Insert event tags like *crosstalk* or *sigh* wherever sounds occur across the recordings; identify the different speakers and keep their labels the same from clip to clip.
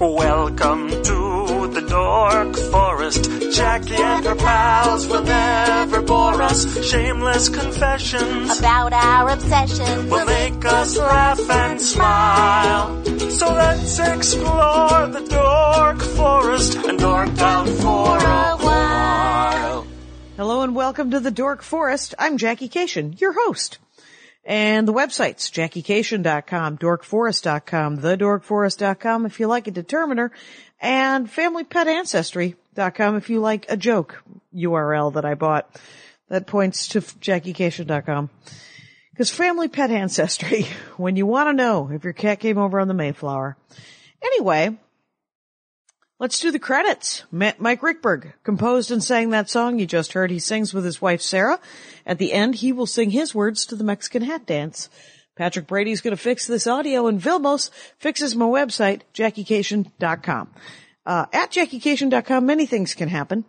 Speaker 1: Welcome to the Dork Forest. Jackie and her pals will never bore us. Shameless confessions
Speaker 2: about our obsession.
Speaker 1: will make us laugh and smile. So let's explore the Dork Forest and dork out for a while.
Speaker 3: Hello and welcome to the Dork Forest. I'm Jackie Cation, your host. And the websites, jackiecation.com, dorkforest.com, thedorkforest.com if you like a determiner, and familypetancestry.com if you like a joke URL that I bought that points to jackiecation.com. Because family pet ancestry, *laughs* when you want to know if your cat came over on the Mayflower. Anyway, Let's do the credits. Ma- Mike Rickberg composed and sang that song you just heard. He sings with his wife Sarah. At the end, he will sing his words to the Mexican hat dance. Patrick Brady's going to fix this audio and Vilmos fixes my website, JackieCation.com. Uh, at JackieCation.com, many things can happen.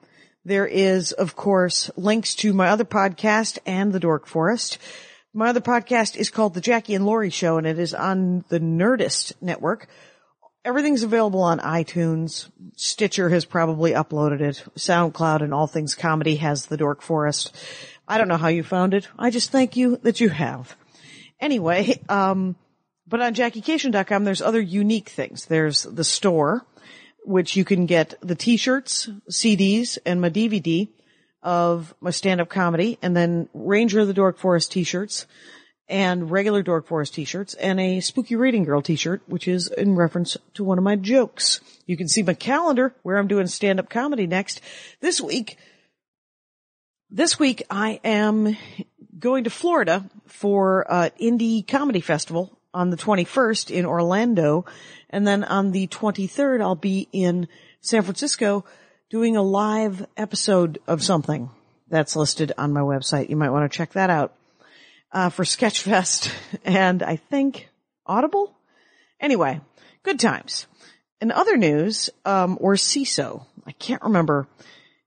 Speaker 3: There is, of course, links to my other podcast and the Dork Forest. My other podcast is called The Jackie and Laurie Show and it is on the Nerdist network everything's available on iTunes. Stitcher has probably uploaded it. SoundCloud and All Things Comedy has the Dork Forest. I don't know how you found it. I just thank you that you have. Anyway, um, but on JackieCation.com, there's other unique things. There's the store, which you can get the t-shirts, CDs, and my DVD of my stand-up comedy, and then Ranger of the Dork Forest t-shirts and regular Dork Forest t-shirts and a Spooky Reading Girl t-shirt, which is in reference to one of my jokes. You can see my calendar where I'm doing stand-up comedy next. This week, this week I am going to Florida for an indie comedy festival on the 21st in Orlando. And then on the 23rd, I'll be in San Francisco doing a live episode of something that's listed on my website. You might want to check that out uh, for Sketchfest *laughs* and I think Audible. Anyway, good times. In other news, um, or CISO, I can't remember.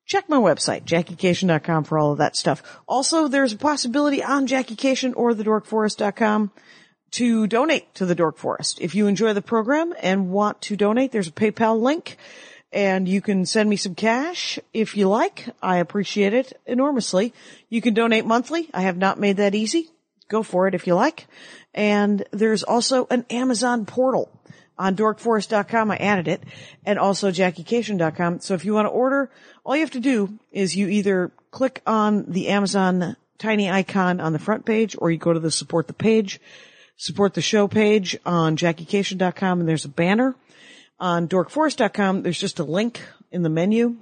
Speaker 3: Check my website, JackieCation.com for all of that stuff. Also, there's a possibility on JackieCation or TheDorkForest.com to donate to the Dork Forest. If you enjoy the program and want to donate, there's a PayPal link and you can send me some cash if you like. I appreciate it enormously. You can donate monthly. I have not made that easy. Go for it if you like. And there's also an Amazon portal on dorkforest.com. I added it and also jackiecation.com. So if you want to order, all you have to do is you either click on the Amazon tiny icon on the front page or you go to the support the page, support the show page on jackiecation.com and there's a banner on dorkforest.com, there's just a link in the menu.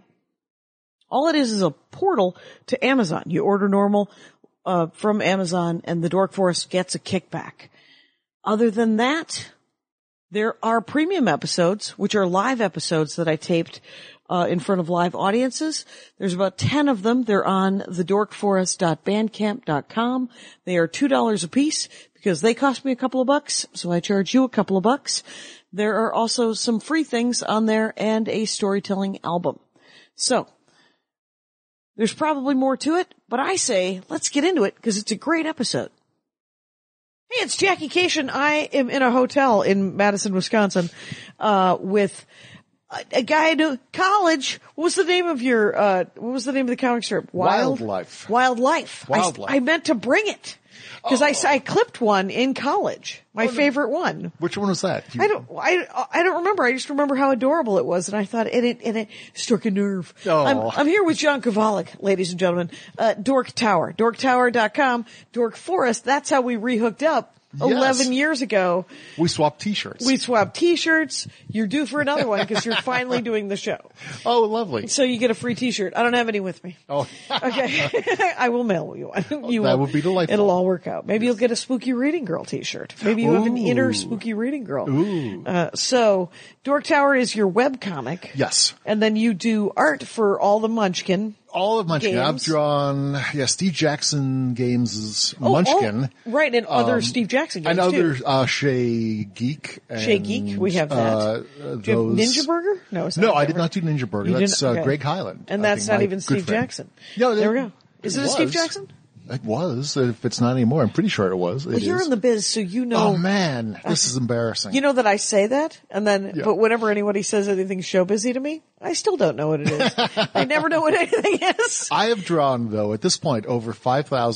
Speaker 3: All it is is a portal to Amazon. You order normal uh, from Amazon, and the Dork Forest gets a kickback. Other than that, there are premium episodes, which are live episodes that I taped uh, in front of live audiences. There's about 10 of them. They're on thedorkforest.bandcamp.com. They are $2 a piece because they cost me a couple of bucks, so I charge you a couple of bucks. There are also some free things on there and a storytelling album. So, there's probably more to it, but I say let's get into it because it's a great episode. Hey, it's Jackie Cation. I am in a hotel in Madison, Wisconsin, uh, with a, a guy to college. What was the name of your, uh, what was the name of the comic strip?
Speaker 4: Wildlife.
Speaker 3: Wildlife. I s-
Speaker 4: Wildlife. Oh.
Speaker 3: I, meant to bring it because I, s- I clipped one in college. My favorite one.
Speaker 4: Which one was that? You-
Speaker 3: I don't, I, I don't remember. I just remember how adorable it was, and I thought, and it, and it struck a nerve.
Speaker 4: Oh.
Speaker 3: I'm, I'm here with John Kovalik, ladies and gentlemen. Uh, Dork Tower, dorktower.com, Dork Forest. That's how we rehooked up
Speaker 4: Yes.
Speaker 3: 11 years ago.
Speaker 4: We swapped T-shirts.
Speaker 3: We swapped t-shirts. You're due for another one because you're finally doing the show.
Speaker 4: oh, lovely.
Speaker 3: So you get a free t-shirt. I don't have any with me.
Speaker 4: Oh,
Speaker 3: *laughs* Okay. I will mail you one. You
Speaker 4: that
Speaker 3: will.
Speaker 4: would be delightful.
Speaker 3: It'll all work out. Maybe you'll get a spooky reading girl t-shirt. Maybe you have an inner
Speaker 4: Ooh.
Speaker 3: spooky reading girl. Ooh. Uh, so Dork Tower is your web comic.
Speaker 4: yes.
Speaker 3: And then you do art for all the Munchkin.
Speaker 4: All of Munchkin.
Speaker 3: Games.
Speaker 4: I've drawn, yeah, Steve Jackson games
Speaker 3: Oh,
Speaker 4: Munchkin. Um,
Speaker 3: all- right. And other Steve Jackson games
Speaker 4: and other
Speaker 3: too.
Speaker 4: uh, Shay Geek. And,
Speaker 3: Shay Geek, we have that.
Speaker 4: Uh,
Speaker 3: Do you have
Speaker 4: those,
Speaker 3: Ninja Burger? No, it's not
Speaker 4: No, I
Speaker 3: Ninja
Speaker 4: did
Speaker 3: Burger.
Speaker 4: not do Ninja Burger.
Speaker 3: You
Speaker 4: That's
Speaker 3: didn't-
Speaker 4: uh,
Speaker 3: okay.
Speaker 4: Greg Highland.
Speaker 3: And
Speaker 4: I
Speaker 3: that's
Speaker 4: think,
Speaker 3: not
Speaker 4: my
Speaker 3: even
Speaker 4: good
Speaker 3: Steve
Speaker 4: friend.
Speaker 3: Jackson.
Speaker 4: No,
Speaker 3: there we
Speaker 4: it-
Speaker 3: go. Is it, a
Speaker 4: was.
Speaker 3: Steve Jackson?
Speaker 4: It was. If it's not anymore, I'm pretty sure it was. It
Speaker 3: Well, you're
Speaker 4: is.
Speaker 3: in the biz, so you know.
Speaker 4: oh man, this is embarrassing.
Speaker 3: You know that I say that, and then,
Speaker 4: Yeah.
Speaker 3: but whenever anybody says anything show busy to me, I still don't know what it
Speaker 4: *laughs*
Speaker 3: is. I never know what anything is.
Speaker 4: I have drawn though at this point over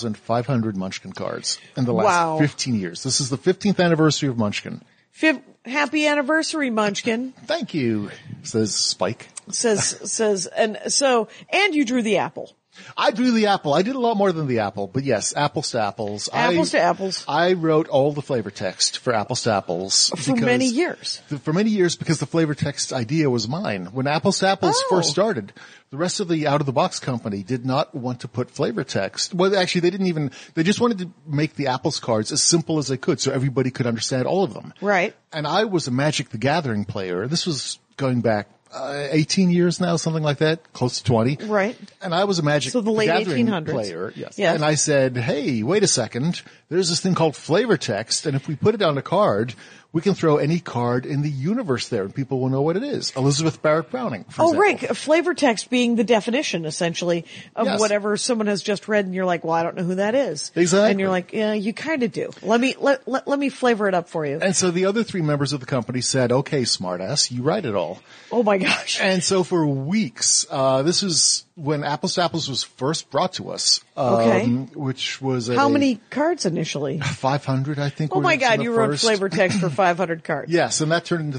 Speaker 4: 5,500 Munchkin cards in the last
Speaker 3: Wow.
Speaker 4: 15 years. This is the 15th anniversary of Munchkin.
Speaker 3: Fib- happy anniversary, Munchkin
Speaker 4: Thank you, says Spike.
Speaker 3: says, says, and so, and you drew the apple.
Speaker 4: I drew the apple. I did a lot more than the apple, but yes, apples to apples.
Speaker 3: Apples
Speaker 4: I,
Speaker 3: to apples.
Speaker 4: I wrote all the flavor text for apples to apples
Speaker 3: For many years.
Speaker 4: th- for many years because the flavor text idea was mine. When Apples to Apples
Speaker 3: Oh.
Speaker 4: first started, the rest of the out of the box company did not want to put flavor text. Well, actually, they didn't even, they just wanted to make the apples cards as simple as they could so everybody could understand all of them.
Speaker 3: Right.
Speaker 4: And I was a Magic the Gathering player. This was going back uh, 18 years now, something like that, close to 20.
Speaker 3: Right.
Speaker 4: And I was a Magic
Speaker 3: So the late
Speaker 4: Gathering
Speaker 3: 1800s.
Speaker 4: player. Yes.
Speaker 3: Yes.
Speaker 4: And I said, hey, wait a second. There's this thing called flavor text. And if we put it on a card, we can throw any card in the universe there and people will know what it is. Elizabeth Barrett Browning. For
Speaker 3: Oh,
Speaker 4: example.
Speaker 3: right. Flavor text being the definition essentially of
Speaker 4: Yes.
Speaker 3: whatever someone has just read and you're like, well, I don't know who that is.
Speaker 4: Exactly.
Speaker 3: And you're like, yeah, you kind of do. Let me, let, let, let me flavor it up for you.
Speaker 4: And so the other three members of the company said, okay, smartass, you write it all.
Speaker 3: oh my gosh.
Speaker 4: And so for weeks, uh, this is when Apples to Apples was first brought to us, um,
Speaker 3: Okay.
Speaker 4: which was
Speaker 3: How
Speaker 4: a-
Speaker 3: many cards initially?
Speaker 4: 500, I think.
Speaker 3: Oh
Speaker 4: were
Speaker 3: my
Speaker 4: some of
Speaker 3: God,
Speaker 4: the
Speaker 3: you wrote
Speaker 4: first.
Speaker 3: flavor text
Speaker 4: *laughs*
Speaker 3: for 500 cards.
Speaker 4: Yes, and that turned into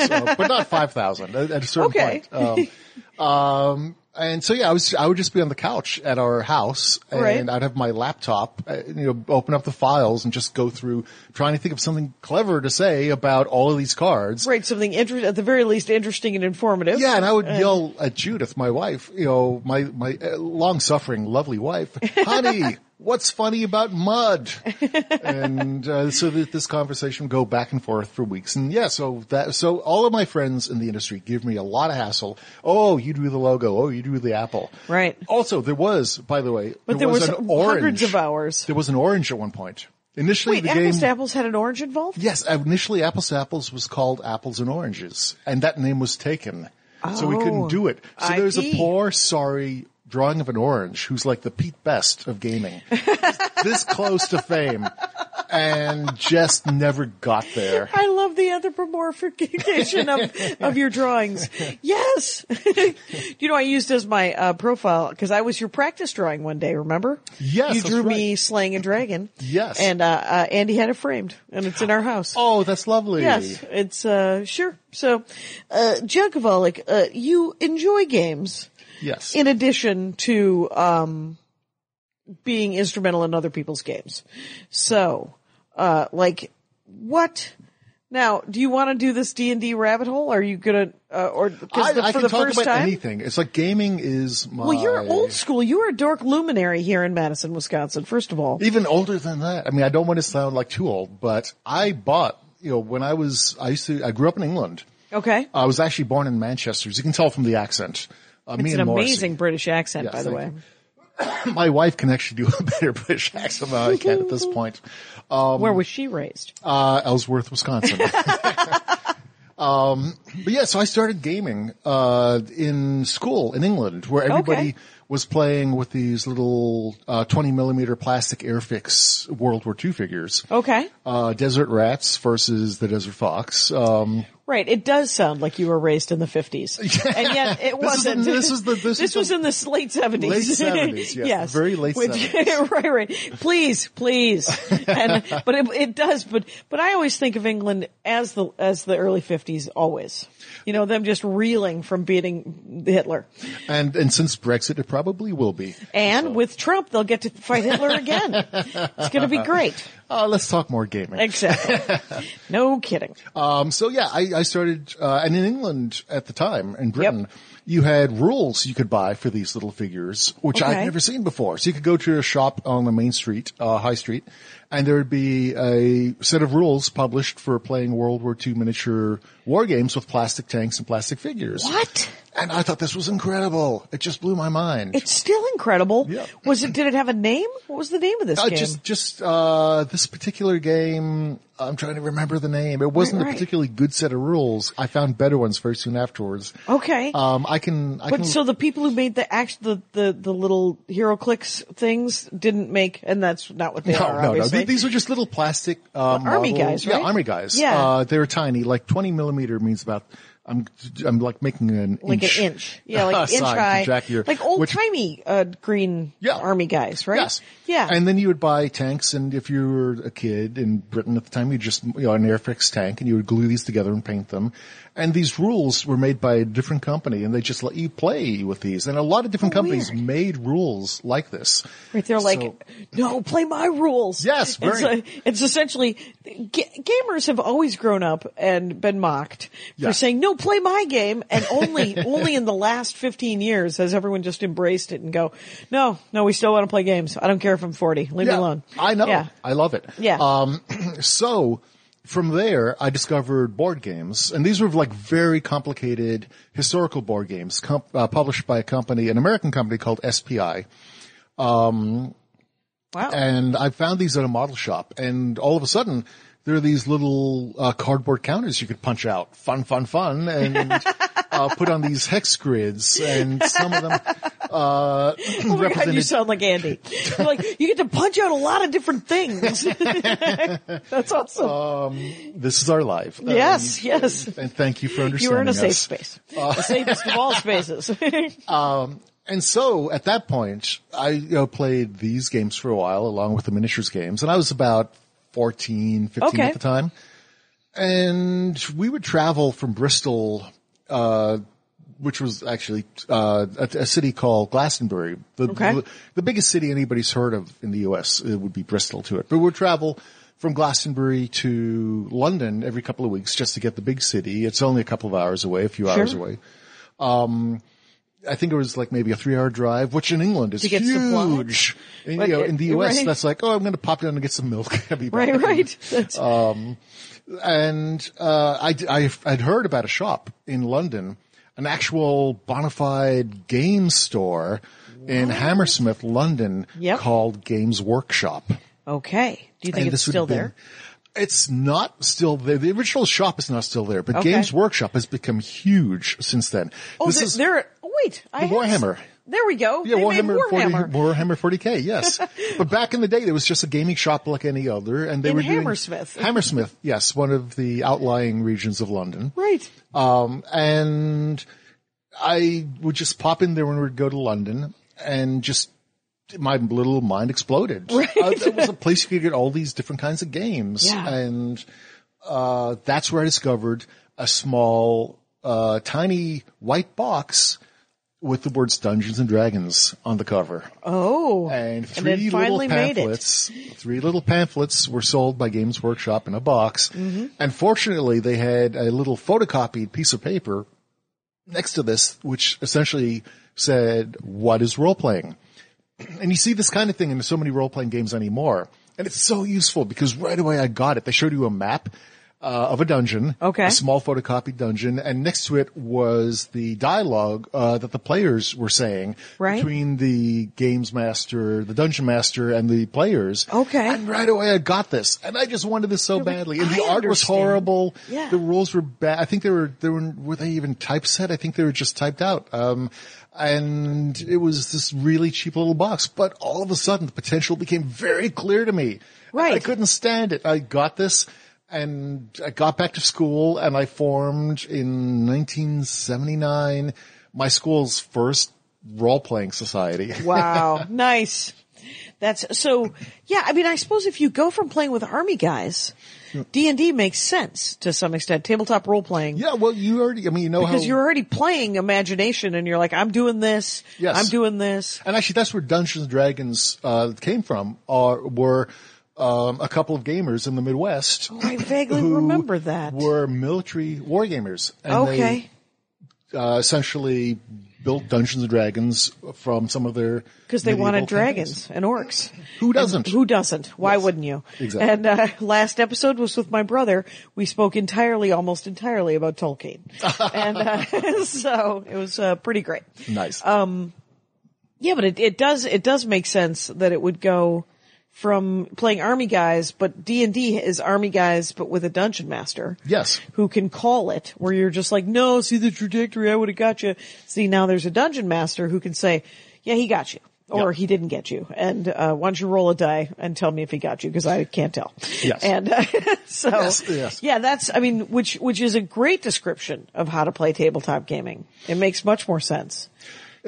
Speaker 3: *laughs*
Speaker 4: uh, but not five thousand at, at a certain
Speaker 3: Okay.
Speaker 4: point. Um, um, and so yeah, I was I would just be on the couch at our house, and
Speaker 3: Right.
Speaker 4: I'd have my laptop, uh, you know, open up the files and just go through trying to think of something clever to say about all of these cards.
Speaker 3: Right, something inter- at the very least interesting and informative.
Speaker 4: Yeah, and I would yell at Judith, my wife, you know, my my uh, long suffering, lovely wife,
Speaker 3: *laughs*
Speaker 4: honey, what's funny about mud? and uh, so that this conversation would go back and forth for weeks, and yeah, so that so all of my friends in the industry give me a lot of hassle. Oh, you do the logo. Oh, you do the apple.
Speaker 3: Right.
Speaker 4: Also, there was, by the way,
Speaker 3: But there was
Speaker 4: an orange.
Speaker 3: hundreds of hours.
Speaker 4: There was an orange at one point. Initially,
Speaker 3: Wait,
Speaker 4: the game.
Speaker 3: Apples to Apples had an orange involved?
Speaker 4: Yes, initially Apples to Apples was called Apples and Oranges, and that name was taken. so we
Speaker 3: Oh,
Speaker 4: couldn't do it. So
Speaker 3: I
Speaker 4: there's a
Speaker 3: see.
Speaker 4: poor, sorry drawing of an orange who's like the Pete Best of
Speaker 3: *laughs*
Speaker 4: gaming. this close to fame. And just never got there.
Speaker 3: I love the anthropomorphication of, of your
Speaker 4: *laughs*
Speaker 3: drawings. Yes. *laughs* you know, I used as my uh, profile because I was your practice drawing one day, remember?
Speaker 4: Yes,
Speaker 3: You
Speaker 4: that's
Speaker 3: drew
Speaker 4: right.
Speaker 3: me slaying a dragon.
Speaker 4: Yes.
Speaker 3: And uh, uh, Andy had it framed and it's in our house.
Speaker 4: Oh, that's lovely.
Speaker 3: Yes, it's, uh, sure. So, uh, Jakovalik, uh, you enjoy games.
Speaker 4: Yes.
Speaker 3: in addition to um being instrumental in other people's games. So, uh like what now, do you want to do this D&D rabbit hole? Are you going to uh, or
Speaker 4: I,
Speaker 3: cuz for
Speaker 4: I can
Speaker 3: the
Speaker 4: talk
Speaker 3: first
Speaker 4: about
Speaker 3: time
Speaker 4: anything. It's like gaming is my.
Speaker 3: Well, you're old school. You are a dork luminary here in Madison, Wisconsin, first of all.
Speaker 4: even older than that. I mean, I don't want to sound like too old, but I bought, you know, when I was, I used to, I grew up in England.
Speaker 3: Okay.
Speaker 4: I was actually born in Manchester, as you can tell from the accent. Uh, me
Speaker 3: it's an
Speaker 4: and Morrissey.
Speaker 3: amazing British accent,
Speaker 4: Yes,
Speaker 3: by the
Speaker 4: thank
Speaker 3: way.
Speaker 4: you. *laughs* My wife can actually do a better British accent than I can
Speaker 3: *laughs*
Speaker 4: at this point.
Speaker 3: Where was she raised?
Speaker 4: Um, Uh, Ellsworth, Wisconsin. *laughs* um, but yeah, so I started gaming, uh, in school in England where everybody
Speaker 3: Okay.
Speaker 4: was playing with these little, uh, 20 millimeter plastic Airfix World War II figures.
Speaker 3: Okay.
Speaker 4: Uh, desert rats versus the desert fox. Um,
Speaker 3: Right. It does sound like you were raised in the
Speaker 4: *laughs*
Speaker 3: 50s. And yet it
Speaker 4: This is the-
Speaker 3: wasn't.
Speaker 4: this is the- this is the-
Speaker 3: was in the s- late 70s.
Speaker 4: Late
Speaker 3: *laughs*
Speaker 4: 70s, yes. Very late 70s.
Speaker 3: right, right. Please,
Speaker 4: *laughs*
Speaker 3: please. And, but it, it does, but, but I always think of England as the, as the early 50s always. You know, them just reeling from beating Hitler.
Speaker 4: and, and since Brexit, it probably will be.
Speaker 3: And with Trump, they'll get to fight Hitler again. it's going to be great.
Speaker 4: Uh, let's talk more gaming. *laughs*
Speaker 3: Exactly. No kidding.
Speaker 4: Um, so yeah, I, I started, uh, and in England at the time, in Britain, you had rules you could buy for these little figures, which
Speaker 3: Okay.
Speaker 4: I'd never seen before. So you could go to a shop on the main street, uh, high street, and there would be a set of rules published for playing World War II miniature war games with plastic tanks and plastic figures.
Speaker 3: What?
Speaker 4: And I thought this was incredible. It just blew my mind.
Speaker 3: It's still incredible.
Speaker 4: Yeah.
Speaker 3: Was it? Did it have a name? What was the name of this
Speaker 4: Uh,
Speaker 3: game?
Speaker 4: just, just, uh, this particular game, I'm trying to remember the name. It wasn't
Speaker 3: Right,
Speaker 4: a
Speaker 3: right.
Speaker 4: particularly good set of rules. I found better ones very soon afterwards.
Speaker 3: Okay.
Speaker 4: Um, I can, I
Speaker 3: but
Speaker 4: can,
Speaker 3: so the people who made the act the, the the little hero clicks things didn't make, and that's not what they
Speaker 4: no,
Speaker 3: are.
Speaker 4: no, no.
Speaker 3: obviously.
Speaker 4: Th- These were just little plastic, um,
Speaker 3: army guys,
Speaker 4: Yeah,
Speaker 3: right?
Speaker 4: army guys.
Speaker 3: Yeah.
Speaker 4: Uh, they were tiny, like 20 millimeter means about, I'm, I'm like making an
Speaker 3: like
Speaker 4: inch.
Speaker 3: an inch, yeah,
Speaker 4: *laughs*
Speaker 3: like
Speaker 4: size
Speaker 3: inch high,
Speaker 4: Jack here,
Speaker 3: like old
Speaker 4: which-
Speaker 3: timey uh, green
Speaker 4: Yeah.
Speaker 3: army guys, right?
Speaker 4: Yes.
Speaker 3: yeah,
Speaker 4: And then you would buy tanks, and if you were a kid in Britain at the time, you just you know an Airfix tank, and you would glue these together and paint them. And these rules were made by a different company, and they just let you play with these. And a lot of different
Speaker 3: Oh,
Speaker 4: companies
Speaker 3: weird.
Speaker 4: made rules like this.
Speaker 3: Right, they're like,
Speaker 4: So-
Speaker 3: no, play my rules.
Speaker 4: Yes,
Speaker 3: it's,
Speaker 4: very.
Speaker 3: uh, it's essentially ga- gamers have always grown up and been mocked
Speaker 4: Yeah.
Speaker 3: for saying no, play my game, and only *laughs* only in the last fifteen years has everyone just embraced it and go, no, no, we still want to play games. I don't care if I'm forty. Leave me alone.
Speaker 4: I know.
Speaker 3: Yeah.
Speaker 4: I love it.
Speaker 3: Yeah.
Speaker 4: Um, so from there, I discovered board games, and these were like very complicated historical board games com- uh, published by a company, an American company called SPI.
Speaker 3: Wow.
Speaker 4: and I found these at a model shop, and all of a sudden there are these little uh, cardboard counters you could punch out. Fun, fun,
Speaker 3: *laughs*
Speaker 4: fun, and uh, put on these hex grids, and some of them
Speaker 3: *laughs* *laughs*
Speaker 4: uh,
Speaker 3: Oh my God, you
Speaker 4: represented.
Speaker 3: sound like Andy. You're like you get to punch out a lot of different things. *laughs* That's awesome.
Speaker 4: Uh, this is our life.
Speaker 3: yes,
Speaker 4: Um,
Speaker 3: yes.
Speaker 4: and thank you for understanding.
Speaker 3: You are in a safe
Speaker 4: us.
Speaker 3: space,
Speaker 4: Uh,
Speaker 3: the safest of all spaces. *laughs*
Speaker 4: And so at that point, I you know, played these games for a while along with the miniatures games. And I was about 14, 15
Speaker 3: Okay.
Speaker 4: at the time. And we would travel from Bristol, uh, which was actually, uh, a, a city called Glastonbury. The,
Speaker 3: Okay.
Speaker 4: the, the biggest city anybody's heard of in the US it would be Bristol to it. But we'd travel from Glastonbury to London every couple of weeks just to get the big city. It's only a couple of hours away, a few hours
Speaker 3: Sure.
Speaker 4: away. I think it was like maybe a three hour drive, which in England is
Speaker 3: To get supplies. uh,
Speaker 4: huge. In, you know, in the US,
Speaker 3: Right.
Speaker 4: that's like, oh, I'm going to pop down and get some milk. *laughs* I'll be back. Uh,
Speaker 3: right, right. That's-
Speaker 4: And, uh, I, I, I'd heard about a shop in London, an actual bona fide game store in Hammersmith, London
Speaker 3: Yep.
Speaker 4: called Games Workshop.
Speaker 3: okay. Do you think
Speaker 4: And
Speaker 3: it's
Speaker 4: would
Speaker 3: still
Speaker 4: have been-
Speaker 3: there?
Speaker 4: It's not still there. The original shop is not still there, but
Speaker 3: Okay.
Speaker 4: Games Workshop has become huge since then.
Speaker 3: Oh,
Speaker 4: This
Speaker 3: there,
Speaker 4: is-
Speaker 3: there- oh, wait. I
Speaker 4: The
Speaker 3: have-
Speaker 4: Warhammer.
Speaker 3: There we go.
Speaker 4: Yeah,
Speaker 3: they
Speaker 4: Warhammer,
Speaker 3: made Warhammer.
Speaker 4: 40, Warhammer 40k,
Speaker 3: *laughs*
Speaker 4: yes. but back in the day, there was just a gaming shop like any other, and they
Speaker 3: In
Speaker 4: were doing
Speaker 3: Hammersmith.
Speaker 4: Hammersmith, yes, one of the outlying regions of London.
Speaker 3: Right.
Speaker 4: Um, and I would just pop in there when we'd go to London, and just my little mind exploded. Uh, it was a place you could get all these different kinds of games,
Speaker 3: Yeah.
Speaker 4: and uh, that's where I discovered a small, uh, tiny white box. With the words Dungeons and Dragons on the cover
Speaker 3: Oh.
Speaker 4: and three
Speaker 3: then
Speaker 4: little
Speaker 3: finally made it.
Speaker 4: pamphlets, three little pamphlets were sold by Games Workshop in a box.
Speaker 3: Mm-hmm.
Speaker 4: And fortunately, they had a little photocopied piece of paper next to this, which essentially said, what is role playing? *clears throat* And you see this kind of thing in so many role playing games anymore. And it's so useful because right away I got it. They showed you a map. Uh, of a dungeon,
Speaker 3: Okay.
Speaker 4: a small photocopied dungeon, and next to it was the dialogue uh, that the players were saying
Speaker 3: Right.
Speaker 4: between the games master, the dungeon master, and the players.
Speaker 3: Okay.
Speaker 4: And right away I got this, and I just wanted this so badly. And
Speaker 3: I
Speaker 4: the art was
Speaker 3: understand.
Speaker 4: horrible.
Speaker 3: Yeah.
Speaker 4: The rules were bad. I think they were they were were they even typeset? I think they were just typed out. Um, and it was this really cheap little box. But all of a sudden, the potential became very clear to me.
Speaker 3: Right.
Speaker 4: I couldn't stand it. I got this. And I got back to school and I formed in 1979 my school's first role playing society.
Speaker 3: Wow. nice. That's so, yeah, I mean, I suppose if you go from playing with army guys,
Speaker 4: Hmm.
Speaker 3: D&D makes sense to some extent. Tabletop role playing.
Speaker 4: *laughs* Yeah, well, you already, I mean, you know
Speaker 3: Because
Speaker 4: how.
Speaker 3: you're already playing imagination and you're like, I'm doing this.
Speaker 4: Yes.
Speaker 3: I'm doing this.
Speaker 4: and actually, that's where Dungeons and Dragons uh, came from, are, were um, a couple of gamers in the Midwest
Speaker 3: Oh, I vaguely
Speaker 4: who
Speaker 3: remember that.
Speaker 4: were military war gamers. And
Speaker 3: okay.
Speaker 4: They uh, essentially built Dungeons and Dragons from some of their.
Speaker 3: Because they
Speaker 4: medieval
Speaker 3: wanted
Speaker 4: campaigns.
Speaker 3: dragons and orcs.
Speaker 4: Who doesn't?
Speaker 3: Who doesn't? Why wouldn't you?
Speaker 4: Exactly.
Speaker 3: And uh, *laughs* last episode was with my brother. We spoke entirely, almost entirely about
Speaker 4: *laughs*
Speaker 3: Tolkien, and uh, *laughs* so it was uh, pretty great.
Speaker 4: nice.
Speaker 3: Oh, Yeah, but it, it does it does make sense that it would go from playing army guys, but D&D is army guys, but with a dungeon master
Speaker 4: Yes.
Speaker 3: who can call it where you're just like, no, see the trajectory. I would have got you. See, now there's a dungeon master who can say, yeah, he got you or
Speaker 4: Yeah.
Speaker 3: he didn't get you. And, uh, why don't you roll a die and tell me if he got you? Cause I can't tell.
Speaker 4: Yes.
Speaker 3: And uh, *laughs* so
Speaker 4: Yes, yes.
Speaker 3: yeah, that's, I mean, which, which is a great description of how to play tabletop gaming. It makes much more sense.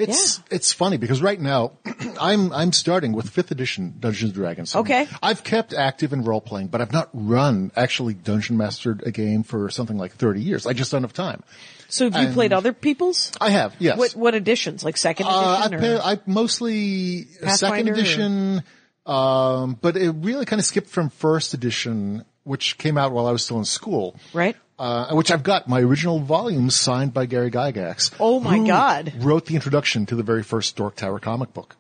Speaker 4: It's it's funny because right now *clears throat* I'm I'm starting with fifth edition Dungeons and Dragons.
Speaker 3: Okay.
Speaker 4: I've kept active in role playing, but I've not run actually dungeon mastered a game for something like thirty years. I just don't have time.
Speaker 3: So have you
Speaker 4: And-
Speaker 3: played other people's?
Speaker 4: I have yes.
Speaker 3: What, what editions? Like second
Speaker 4: uh, I,
Speaker 3: edition?
Speaker 4: play,
Speaker 3: or-
Speaker 4: I mostly uh, second
Speaker 3: Pathfinder or-
Speaker 4: edition, um, but it really kind of skipped from first edition, which came out while I was still in school.
Speaker 3: Right.
Speaker 4: Uh, which I've got my original volumes signed by Gary Gygax.
Speaker 3: Oh my
Speaker 4: who
Speaker 3: God.
Speaker 4: Wrote the introduction to the very first Dork Tower comic book.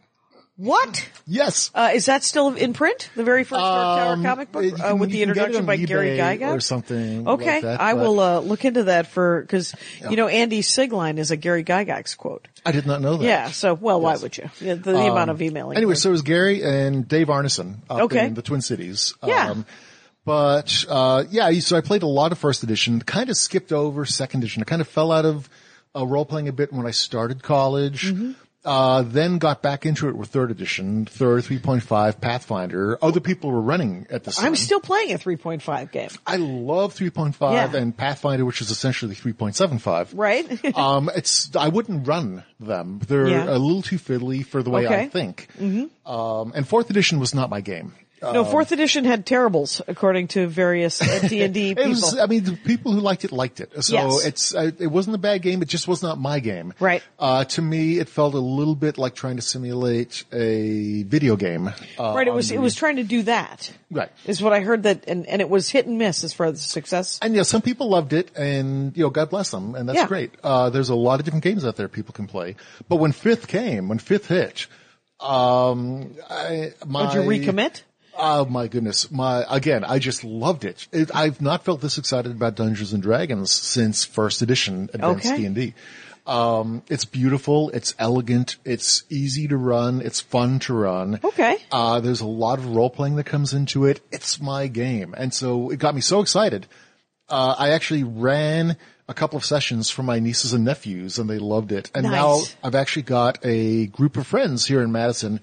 Speaker 3: What?
Speaker 4: Yes.
Speaker 3: Uh, is that still in print? The very first Dark
Speaker 4: Um,
Speaker 3: Tower comic
Speaker 4: you
Speaker 3: book uh,
Speaker 4: can-
Speaker 3: with the
Speaker 4: you can get it
Speaker 3: introduction
Speaker 4: on
Speaker 3: by Gary
Speaker 4: eBay
Speaker 3: Gygax
Speaker 4: or something. like
Speaker 3: Okay,
Speaker 4: that,
Speaker 3: I
Speaker 4: but
Speaker 3: will uh, look into that for because you know Andy Sigline is a Gary Gygax quote.
Speaker 4: I did not know that.
Speaker 3: Yeah. So well, why would you? Yeah, The, the amount of emailing.
Speaker 4: Um, Anyway, so it was Gary and Dave Arneson up
Speaker 3: Okay.
Speaker 4: in the Twin Cities. Um,
Speaker 3: Yeah.
Speaker 4: but uh, yeah, so I played a lot of first edition. Kind of skipped over second edition. I kind of fell out of uh, role playing a bit when I started college.
Speaker 3: Mm-hmm.
Speaker 4: Uh, then got back into it with third edition, third 3.5 Pathfinder. Other people were running at the time.
Speaker 3: I'm still playing a 3.5 game,
Speaker 4: I love 3.5
Speaker 3: Yeah.
Speaker 4: and Pathfinder, which is essentially 3.75.
Speaker 3: right? *laughs*
Speaker 4: um, it's I wouldn't run them. They're
Speaker 3: Yeah.
Speaker 4: a little too fiddly for the way
Speaker 3: Okay. Mm-hmm.
Speaker 4: I think. Um, and fourth edition was not my game. Uh,
Speaker 3: no, fourth edition had terribles according to
Speaker 4: *laughs*
Speaker 3: various D and D
Speaker 4: it
Speaker 3: people.
Speaker 4: was. um, I mean, the people who liked it liked it. So
Speaker 3: Yes.
Speaker 4: it's uh, it wasn't a bad game. It just was not my game.
Speaker 3: Right.
Speaker 4: Uh, to me, it felt a little bit like trying to simulate a video game. Uh,
Speaker 3: right. It
Speaker 4: on
Speaker 3: was. It
Speaker 4: the-
Speaker 3: was trying to do that.
Speaker 4: Right.
Speaker 3: Is what I heard that, and and it was hit and miss as far as success.
Speaker 4: And yeah, some people loved it, and you know, God bless them, and that's
Speaker 3: Yeah.
Speaker 4: great. Uh, there's a lot of different games out there people can play. But when fifth came, when fifth hit, um, I, my
Speaker 3: Would you recommit?
Speaker 4: Oh my goodness! My again, I just loved it. it. I've not felt this excited about Dungeons and Dragons since first edition Advanced
Speaker 3: Okay.
Speaker 4: D and D. Um, it's beautiful. It's elegant. It's easy to run. It's fun to run.
Speaker 3: Okay.
Speaker 4: Uh, there's a lot of role playing that comes into it. It's my game, and so it got me so excited. Uh, I actually ran a couple of sessions for my nieces and nephews, and they loved it. And
Speaker 3: Nice.
Speaker 4: now I've actually got a group of friends here in Madison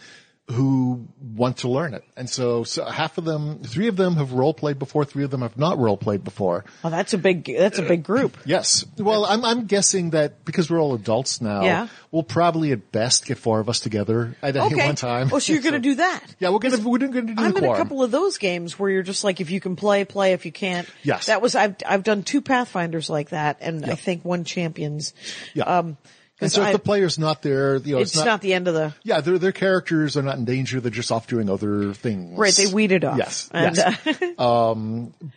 Speaker 4: who want to learn it. And so, so half of them, three of them have role played before, three of them have not role played before.
Speaker 3: Well, that's a big. That's a big group.
Speaker 4: Yes. Well, I'm, I'm guessing that because we're all adults now,
Speaker 3: Yeah.
Speaker 4: we'll probably at best get four of us together at any
Speaker 3: Okay.
Speaker 4: one time.
Speaker 3: Oh, so
Speaker 4: *laughs*
Speaker 3: you're going to do that?
Speaker 4: Yeah, we're gonna we're gonna do the
Speaker 3: I'm in a
Speaker 4: quorum.
Speaker 3: couple of those games where you're just like, if you can play, play. If you can't,
Speaker 4: Yes.
Speaker 3: That was I've I've done two Pathfinders like that, and I think one Champions.
Speaker 4: Yeah.
Speaker 3: Um,
Speaker 4: and
Speaker 3: 'cause
Speaker 4: so if
Speaker 3: I-
Speaker 4: the player's not there, you know,
Speaker 3: it's not, the end of the
Speaker 4: Yeah, their their characters are not in danger. They're just off doing other things.
Speaker 3: right. They weeded off.
Speaker 4: Yes,
Speaker 3: And,
Speaker 4: yes. Um,
Speaker 3: uh, *laughs*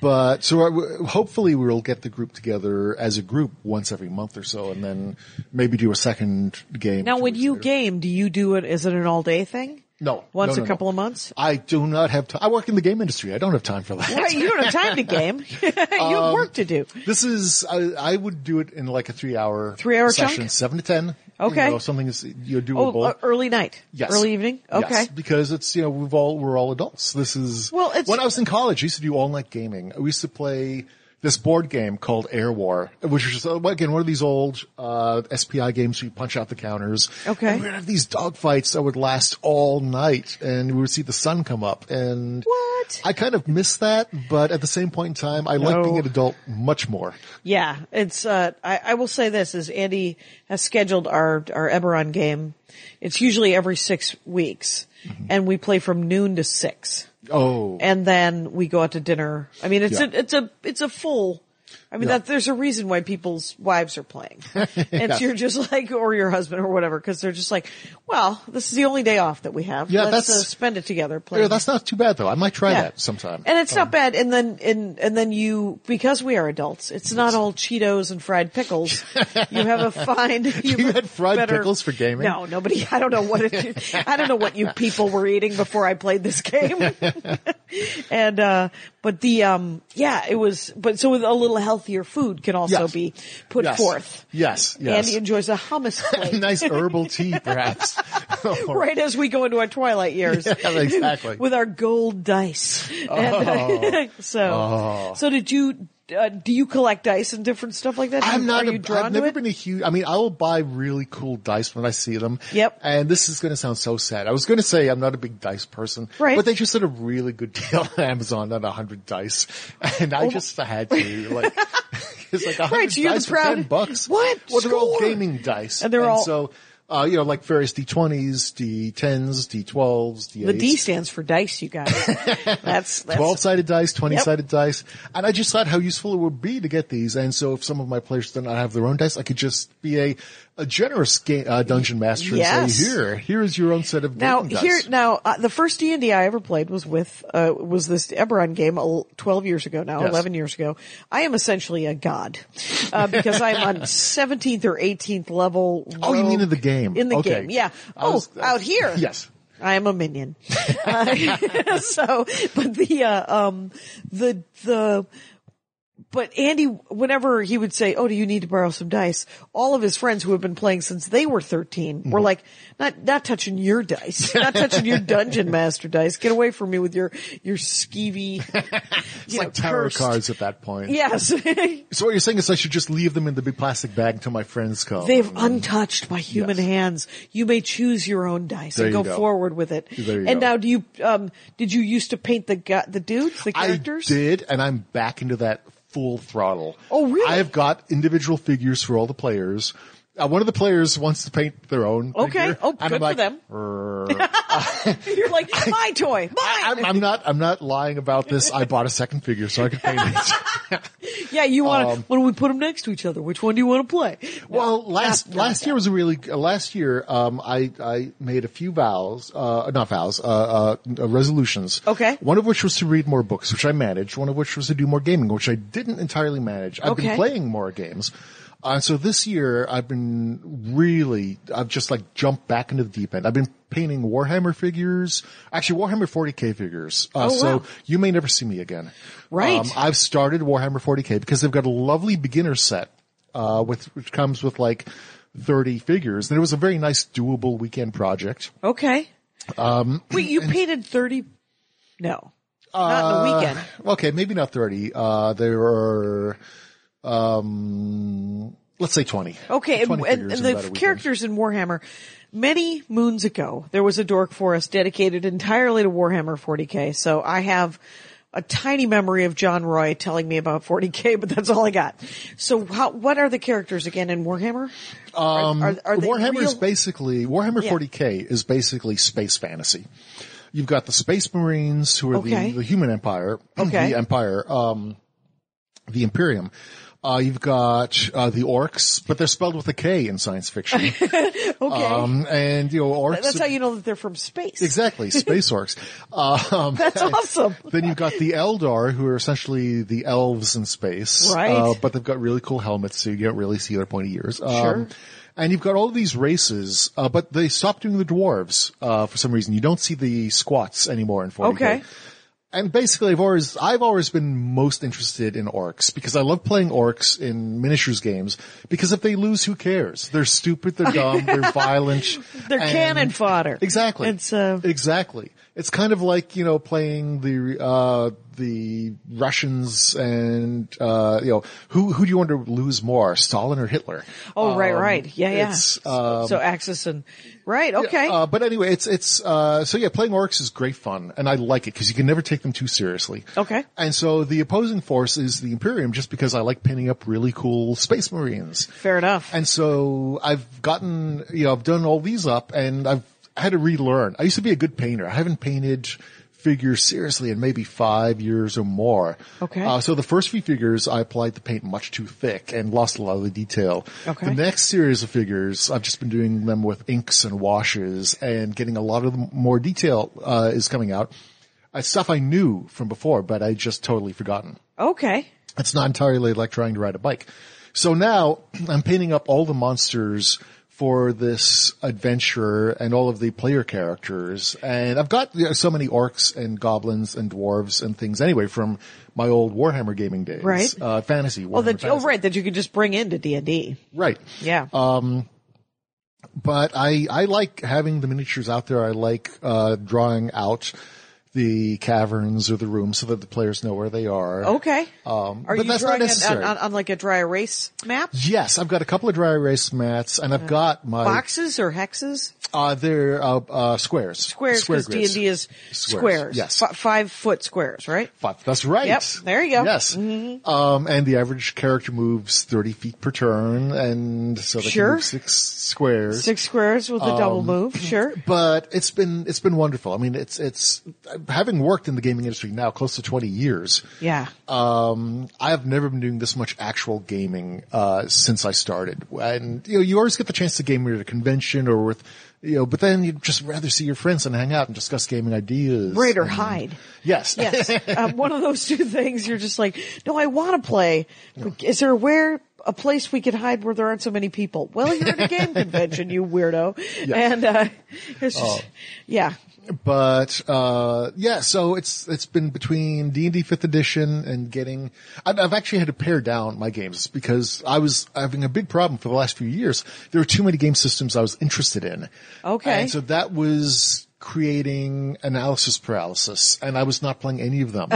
Speaker 4: But so I w hopefully we'll get the group together as a group once every month or so, and then maybe do a second game.
Speaker 3: now,
Speaker 4: two
Speaker 3: when
Speaker 4: weeks
Speaker 3: you
Speaker 4: later.
Speaker 3: game, do you do it? Is it an all day thing?
Speaker 4: no
Speaker 3: Once
Speaker 4: no, no,
Speaker 3: a
Speaker 4: no.
Speaker 3: couple of months.
Speaker 4: I do not have time. I work in the game industry. I don't have time for that.
Speaker 3: Right, you don't have time to game. *laughs* you
Speaker 4: Um,
Speaker 3: have work to do.
Speaker 4: This is I, I would do it in like a three hour
Speaker 3: Three hour
Speaker 4: session,
Speaker 3: chunk?
Speaker 4: seven to ten.
Speaker 3: Okay.
Speaker 4: you know, something is you're doable.
Speaker 3: Oh, uh, early night.
Speaker 4: Yes.
Speaker 3: Early evening.
Speaker 4: Yes,
Speaker 3: Okay.
Speaker 4: because it's you know we've all we're all adults. This is
Speaker 3: Well, it's-
Speaker 4: when I was in college, I used to do all night gaming. We used to play this board game called Air War, which is just, uh, again one of these old uh, SPI games where you punch out the counters.
Speaker 3: Okay.
Speaker 4: And we'd have these dogfights that would last all night, and we would see the sun come up. And
Speaker 3: What?
Speaker 4: I kind of miss that, but at the same point in time, I like
Speaker 3: No.
Speaker 4: being an adult much more.
Speaker 3: Yeah, it's. Uh, I, I will say this: is Andy has scheduled our our Eberron game. It's usually every six weeks,
Speaker 4: Mm-hmm.
Speaker 3: and we play from noon to six,
Speaker 4: Oh,
Speaker 3: and then we go out to dinner. I mean, it's
Speaker 4: Yeah.
Speaker 3: a it's a it's a full. I mean,
Speaker 4: Yeah.
Speaker 3: that there's a reason why people's wives are
Speaker 4: *laughs*
Speaker 3: playing. It's you're just like, or your husband or whatever, because they're just like, well, this is the only day off that we have.
Speaker 4: Yeah,
Speaker 3: Let's
Speaker 4: that's-
Speaker 3: uh, spend it together. Playing.
Speaker 4: yeah, that's not too bad though. I might try
Speaker 3: Yeah.
Speaker 4: that sometime.
Speaker 3: And it's not bad. And then, and, and then you, because we are adults, it's not all Cheetos and fried pickles. you have a fine. You, have
Speaker 4: *laughs* You
Speaker 3: a
Speaker 4: had fried
Speaker 3: better-
Speaker 4: pickles for gaming?
Speaker 3: No, nobody. I don't know what, it, I don't know what you people were eating before I played this game. *laughs* and uh but the um yeah it was but so a little healthier food can also
Speaker 4: Yes.
Speaker 3: be put
Speaker 4: Yes.
Speaker 3: forth
Speaker 4: Yes, yes.
Speaker 3: andy enjoys a hummus plate
Speaker 4: *laughs* nice herbal tea, perhaps.
Speaker 3: *laughs*
Speaker 4: *laughs*
Speaker 3: right as we go into our twilight years
Speaker 4: exactly.
Speaker 3: *laughs*
Speaker 4: Oh.
Speaker 3: with our gold dice And- *laughs* so so did you uh, do you collect dice and different stuff like that Do you-
Speaker 4: I'm not.
Speaker 3: are
Speaker 4: a-
Speaker 3: you drawn
Speaker 4: I've
Speaker 3: to
Speaker 4: never
Speaker 3: it
Speaker 4: been a huge. I mean, I will buy really cool dice when I see them.
Speaker 3: Yep.
Speaker 4: And this is going to sound so sad. I was going to say I'm not a big dice person,
Speaker 3: Right.
Speaker 4: But they just did a really good deal on Amazon on hundred dice, and I just had to
Speaker 3: *laughs*
Speaker 4: like. *laughs* It's like hundred
Speaker 3: Oh Right, so you're the
Speaker 4: dice for
Speaker 3: proud-
Speaker 4: ten bucks.
Speaker 3: What?
Speaker 4: Well, they're all
Speaker 3: Score!
Speaker 4: gaming dice,
Speaker 3: And they're all-
Speaker 4: so. Uh, you know, like various D20s, D10s, D12s, D8s.
Speaker 3: the d stands for dice you
Speaker 4: *laughs*
Speaker 3: guys that's, that's
Speaker 4: 12 sided dice, 20 sided dice. And I just thought how useful it would be to get these. And so if some of my players did not have their own dice, I could just be a, a generous ga- uh, dungeon master and
Speaker 3: Yes.
Speaker 4: say, here, here is your own set of
Speaker 3: Now
Speaker 4: gaming
Speaker 3: here,
Speaker 4: dice.
Speaker 3: now uh, the first D and D I ever played was with uh, was this Eberron game el- twelve years ago now,
Speaker 4: Yes.
Speaker 3: eleven years ago. I am essentially a god uh, because I'm
Speaker 4: *laughs*
Speaker 3: on seventeenth or eighteenth level.
Speaker 4: Oh, you mean
Speaker 3: rogue-
Speaker 4: in the game.
Speaker 3: In the
Speaker 4: Okay.
Speaker 3: game, yeah.
Speaker 4: I
Speaker 3: oh,
Speaker 4: was-
Speaker 3: out here,
Speaker 4: Yes.
Speaker 3: I am a minion. *laughs* Uh, so, but the uh, um the the. But Andy, whenever he would say, "Oh, do you need to borrow some dice?" All of his friends who have been playing since they were 13
Speaker 4: Mm-hmm.
Speaker 3: were like, "Not, not touching your
Speaker 4: *laughs*
Speaker 3: dice, not touching your dungeon master dice. Get away from me with your your skeevy,
Speaker 4: *laughs* It's like tarot cards at that point.
Speaker 3: Yes, *laughs*
Speaker 4: So what you're saying is I should just leave them in the big plastic bag until my friends come.
Speaker 3: Oh, They've untouched by human
Speaker 4: Yes.
Speaker 3: hands. You may choose your own dice
Speaker 4: There
Speaker 3: and
Speaker 4: you
Speaker 3: go,
Speaker 4: go.
Speaker 3: forward with it.
Speaker 4: There you
Speaker 3: and
Speaker 4: go.
Speaker 3: now, do you um did you used to paint the gu- the dudes, the
Speaker 4: I
Speaker 3: characters?
Speaker 4: did, and I'm back into that full throttle.
Speaker 3: Oh, really?
Speaker 4: I have got individual figures for all the players. Uh, one of the players wants to paint their own.
Speaker 3: Okay.
Speaker 4: figure,
Speaker 3: Oh,
Speaker 4: and
Speaker 3: good
Speaker 4: I'm
Speaker 3: for
Speaker 4: like,
Speaker 3: them. *laughs*
Speaker 4: "Rrr."
Speaker 3: You're like my toy, mine.
Speaker 4: I'm, I'm not. I'm not lying about this. I bought a second figure so I could paint
Speaker 3: *laughs*
Speaker 4: it.
Speaker 3: yeah, you want
Speaker 4: Um,
Speaker 3: to when we put them next to each other. Which one do you want to play?
Speaker 4: Well, last
Speaker 3: not
Speaker 4: last year was a really uh, last year. Um, I I made a few vows, uh, not vows, uh, uh, resolutions.
Speaker 3: Okay.
Speaker 4: One of which was to read more books, which I managed. One of which was to do more gaming, which I didn't entirely manage. I've
Speaker 3: Okay.
Speaker 4: been playing more games. Uh, so this year I've been really, I've just like jumped back into the deep end. I've been painting Warhammer figures, actually Warhammer 40k figures. Uh,
Speaker 3: Oh,
Speaker 4: so
Speaker 3: wow.
Speaker 4: you may never see me again. Um,
Speaker 3: Right.
Speaker 4: I've started Warhammer 40k because they've got a lovely beginner set, uh, with, which comes with like 30 figures. And it was a very nice doable weekend project.
Speaker 3: Okay. Um, Wait, you painted thirty? No, not in the weekend.
Speaker 4: Uh, Okay. Maybe not 30. Uh, there are, um, let's say 20.
Speaker 3: Okay, and,
Speaker 4: 20
Speaker 3: and, and
Speaker 4: figures in about a
Speaker 3: the
Speaker 4: weekend.
Speaker 3: characters in Warhammer. Many moons ago, there was a dork forest dedicated entirely to Warhammer 40k. So I have a tiny memory of John Roy telling me about 40k, *laughs* but that's all I got. So how, what are the characters again in Warhammer? Um, are, are they
Speaker 4: Warhammer is
Speaker 3: real-
Speaker 4: basically Warhammer
Speaker 3: Yeah.
Speaker 4: 40k is basically space fantasy. You've got the Space Marines who are
Speaker 3: Okay.
Speaker 4: the, the human empire,
Speaker 3: Okay.
Speaker 4: the empire, um, the Imperium. Uh, you've got uh, the orcs, but they're spelled with a K in science fiction.
Speaker 3: *laughs* okay.
Speaker 4: um, and you know orcs.
Speaker 3: that's how you know that they're from space.
Speaker 4: Exactly,
Speaker 3: *laughs*
Speaker 4: space orcs. Um,
Speaker 3: That's awesome.
Speaker 4: *laughs* then you've got the Eldar, who are essentially the elves in space.
Speaker 3: Right.
Speaker 4: Uh, but they've got really cool helmets, so you don't really see their pointy ears. Um,
Speaker 3: Sure.
Speaker 4: And you've got all these races, uh, but they stopped doing the dwarves uh, for some reason. You don't see the squats anymore in 40
Speaker 3: Okay.
Speaker 4: And basically, I've always I've always been most interested in orcs because I love playing orcs in miniatures games. Because if they lose, who cares? They're stupid,
Speaker 3: *laughs*
Speaker 4: they're dumb, they're violent.
Speaker 3: They're
Speaker 4: and-
Speaker 3: cannon fodder.
Speaker 4: Exactly.
Speaker 3: It's uh,
Speaker 4: exactly. It's kind of like you know playing the uh the Russians and uh you know who who do you want to lose more, Stalin or Hitler?
Speaker 3: oh right, right, yeah, yeah.
Speaker 4: Um, it's, um,
Speaker 3: so, so Axis and right, okay.
Speaker 4: Uh, but anyway, it's it's uh so yeah, playing orcs is great fun, and I like it because you can never take them too seriously.
Speaker 3: Okay.
Speaker 4: And so the opposing force is the Imperium, just because I like pinning up really cool Space Marines.
Speaker 3: Fair enough.
Speaker 4: And so I've gotten, you know, I've done all these up and I've had to relearn. I used to be a good painter. I haven't painted figures seriously in maybe five years or more.
Speaker 3: Okay.
Speaker 4: Uh, so the first few figures I applied the paint much too thick and lost a lot of the detail.
Speaker 3: Okay.
Speaker 4: The next series of figures, I've just been doing them with inks and washes and getting a lot of the more detail, uh, is coming out. Uh, stuff I knew from before, but I just totally forgotten.
Speaker 3: okay.
Speaker 4: *clears throat* It's not entirely like trying to ride a bike. So now I'm painting up all the monsters for this adventurer and all of the player characters. And I've got you know, so many orcs and goblins and dwarves and things anyway from my old Warhammer gaming days.
Speaker 3: Right.
Speaker 4: Uh, fantasy. Warhammer
Speaker 3: Oh, that, oh,
Speaker 4: fantasy.
Speaker 3: right. That you could just bring into D and D.
Speaker 4: Right.
Speaker 3: Yeah.
Speaker 4: Uh, But I, I like having the miniatures out there. I like, uh, drawing out the caverns or the rooms so that the players know where they are.
Speaker 3: okay.
Speaker 4: Um,
Speaker 3: Are
Speaker 4: but
Speaker 3: you
Speaker 4: that's not
Speaker 3: drawing it on,
Speaker 4: necessary.
Speaker 3: on, on like a dry erase map?
Speaker 4: Yes, I've got a couple of dry erase mats, and I've got my
Speaker 3: Uh, Boxes or hexes?
Speaker 4: Uh, they're uh, uh, squares.
Speaker 3: Squares
Speaker 4: Square
Speaker 3: because D and
Speaker 4: grids.
Speaker 3: D is
Speaker 4: Squares,
Speaker 3: squares.
Speaker 4: yes.
Speaker 3: Fi five foot squares, right?
Speaker 4: Five. That's right.
Speaker 3: Yep, there you go. Mm-hmm.
Speaker 4: Yes. Um, and the average character moves thirty feet per turn, and so they
Speaker 3: Sure.
Speaker 4: can move six squares.
Speaker 3: Six squares with a
Speaker 4: Um,
Speaker 3: double move. Sure.
Speaker 4: But it's been it's been wonderful. I mean, it's it's having worked in the gaming industry now close to twenty years.
Speaker 3: Yeah.
Speaker 4: Um, I have never been doing this much actual gaming uh, since I started, and you know, you always get the chance to game at a convention or with, you know, but then you'd just rather see your friends and hang out and discuss gaming ideas.
Speaker 3: Braid or
Speaker 4: And- *laughs*
Speaker 3: hide. *laughs*
Speaker 4: Yes.
Speaker 3: Yes. um, one of those two things. You're just like, no, I want to play. But Is there where a place we could hide where there aren't so many people? Well, you're at a
Speaker 4: *laughs*
Speaker 3: game convention, you weirdo. And uh, it's
Speaker 4: Oh.
Speaker 3: just, yeah.
Speaker 4: but uh yeah so it's it's been between d&d 5th edition and getting I've, I've actually had to pare down my games because i was having a big problem for the last few years there were too many game systems i was interested in
Speaker 3: Okay.
Speaker 4: and so that was creating analysis paralysis and i was not playing any of them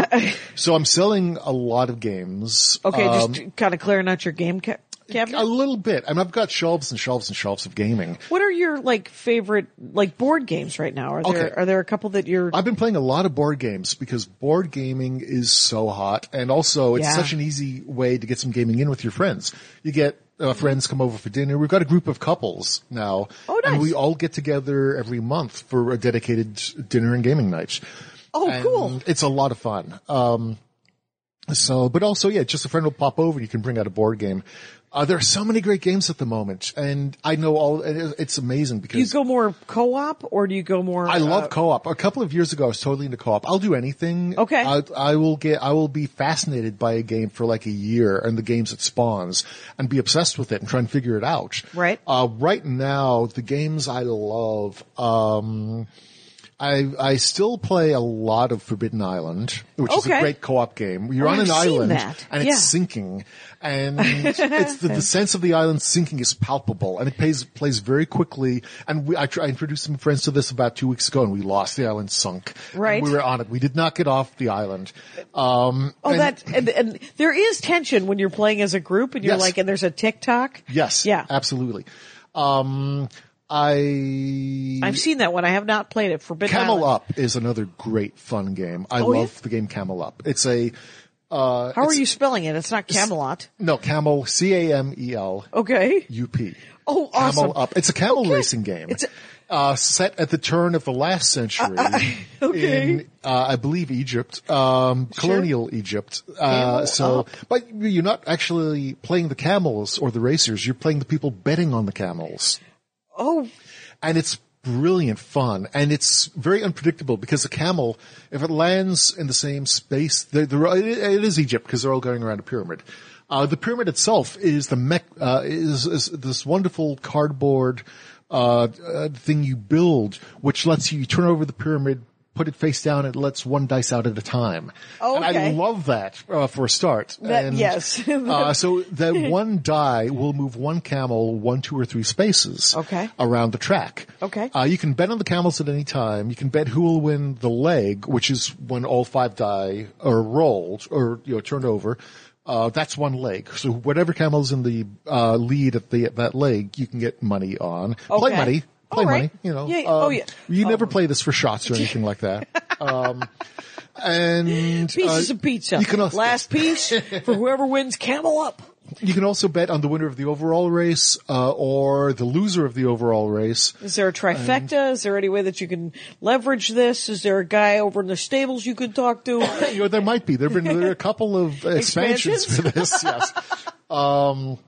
Speaker 4: so i'm selling a lot of games
Speaker 3: Uh, Okay,
Speaker 4: um,
Speaker 3: just kind of clearing out your game ca- cabinet.
Speaker 4: a little bit I mean, i've got shelves and shelves and shelves of gaming
Speaker 3: what are your like favorite like board games right now? Are there
Speaker 4: Okay.
Speaker 3: are there a couple that you're
Speaker 4: I've been playing a lot of board games because board gaming is so hot, and also it's
Speaker 3: Yeah.
Speaker 4: such an easy way to get some gaming in with your friends. You get uh, friends come over for dinner. We've got a group of couples now,
Speaker 3: Oh, nice.
Speaker 4: and we all get together every month for a dedicated dinner and gaming night.
Speaker 3: Oh,
Speaker 4: And
Speaker 3: cool.
Speaker 4: It's a lot of fun. Um, so, but also, yeah, just a friend will pop over. You can bring out a board game. Uh, there are so many great games at the moment, and I know all. it- It's amazing because
Speaker 3: do you go more co-op or do you go more?
Speaker 4: I love
Speaker 3: uh,
Speaker 4: co-op. A couple of years ago, I was totally into co-op. I'll do anything.
Speaker 3: Okay.
Speaker 4: I, I will get, I will be fascinated by a game for like a year and the games it spawns and be obsessed with it and try and figure it out.
Speaker 3: Right.
Speaker 4: Uh, right now, the games I love, um, I, I still play a lot of Forbidden Island, which is a
Speaker 3: Okay. Oh,
Speaker 4: great co-op game. You're on
Speaker 3: I've
Speaker 4: an
Speaker 3: seen
Speaker 4: island
Speaker 3: that.
Speaker 4: and it's
Speaker 3: Yeah.
Speaker 4: sinking and it's the,
Speaker 3: *laughs*
Speaker 4: the sense of the island sinking is palpable and it pays, plays very quickly. And we, I, tr- I introduced some friends to this about two weeks ago and we lost the island sunk. And
Speaker 3: Right.
Speaker 4: we were on it. We did not get off the island. Um,
Speaker 3: Oh,
Speaker 4: and-
Speaker 3: that and, and there is tension when you're playing as a group, and you're
Speaker 4: Yes.
Speaker 3: like, and there's a TikTok.
Speaker 4: yes.
Speaker 3: yeah,
Speaker 4: Absolutely. Um, I,
Speaker 3: I've seen that one. I have not played it. Forbidden
Speaker 4: Camel
Speaker 3: Island. Oh,
Speaker 4: Up is another great fun game. I
Speaker 3: yeah?
Speaker 4: love the game Camel Up. It's a, uh,
Speaker 3: How are you spelling it? It's not Camelot.
Speaker 4: no, Camel, C-A-M-E-L.
Speaker 3: Okay.
Speaker 4: UP.
Speaker 3: Oh,
Speaker 4: Camel
Speaker 3: awesome.
Speaker 4: Up. It's a camel
Speaker 3: Okay.
Speaker 4: racing game.
Speaker 3: It's a- Uh,
Speaker 4: uh, set at the turn of the last century
Speaker 3: *laughs* okay.
Speaker 4: in, uh, I believe, Egypt, um, colonial Egypt. Uh,
Speaker 3: Camel
Speaker 4: so,
Speaker 3: Up.
Speaker 4: but you're not actually playing the camels or the racers. You're playing the people betting on the camels
Speaker 3: Oh,
Speaker 4: and it's brilliant fun and it's very unpredictable because a camel if it lands in the same space they're, they're, it it is egypt because they're all going around a pyramid uh, the pyramid itself is the mech uh, is, is this wonderful cardboard uh, uh, thing you build which lets you, you turn over the pyramid put it face down it lets one dice out at a time
Speaker 3: Oh,
Speaker 4: and i
Speaker 3: okay.
Speaker 4: love that uh, for a start
Speaker 3: That-
Speaker 4: and,
Speaker 3: yes.
Speaker 4: uh, so
Speaker 3: *laughs*
Speaker 4: that one die will move one camel one, two, or three spaces.
Speaker 3: Okay.
Speaker 4: Around the track.
Speaker 3: Okay.
Speaker 4: Uh, you can bet on the camels at any time. You can bet who will win the leg, which is when all five die are rolled or you know turned over. Uh, that's one leg. So whatever camel's in the uh, lead at the at that leg, you can get money on. Play
Speaker 3: Okay.
Speaker 4: money.
Speaker 3: All
Speaker 4: Play
Speaker 3: right.
Speaker 4: money. You know.
Speaker 3: Yeah, oh,
Speaker 4: Um,
Speaker 3: yeah.
Speaker 4: You never play this for shots or anything like
Speaker 3: *laughs*
Speaker 4: that. Um, and
Speaker 3: pieces
Speaker 4: uh,
Speaker 3: of pizza.
Speaker 4: You can also,
Speaker 3: Last
Speaker 4: *laughs*
Speaker 3: piece for whoever wins Camel Up.
Speaker 4: you can also bet on the winner of the overall race uh, or the loser of the overall race.
Speaker 3: Is there a trifecta? Is there any way that you can leverage this? Is there a guy over in the stables you could talk
Speaker 4: *coughs*
Speaker 3: to?
Speaker 4: You know, there might be. There have been there are a couple of expansions, for this. Yes. Um,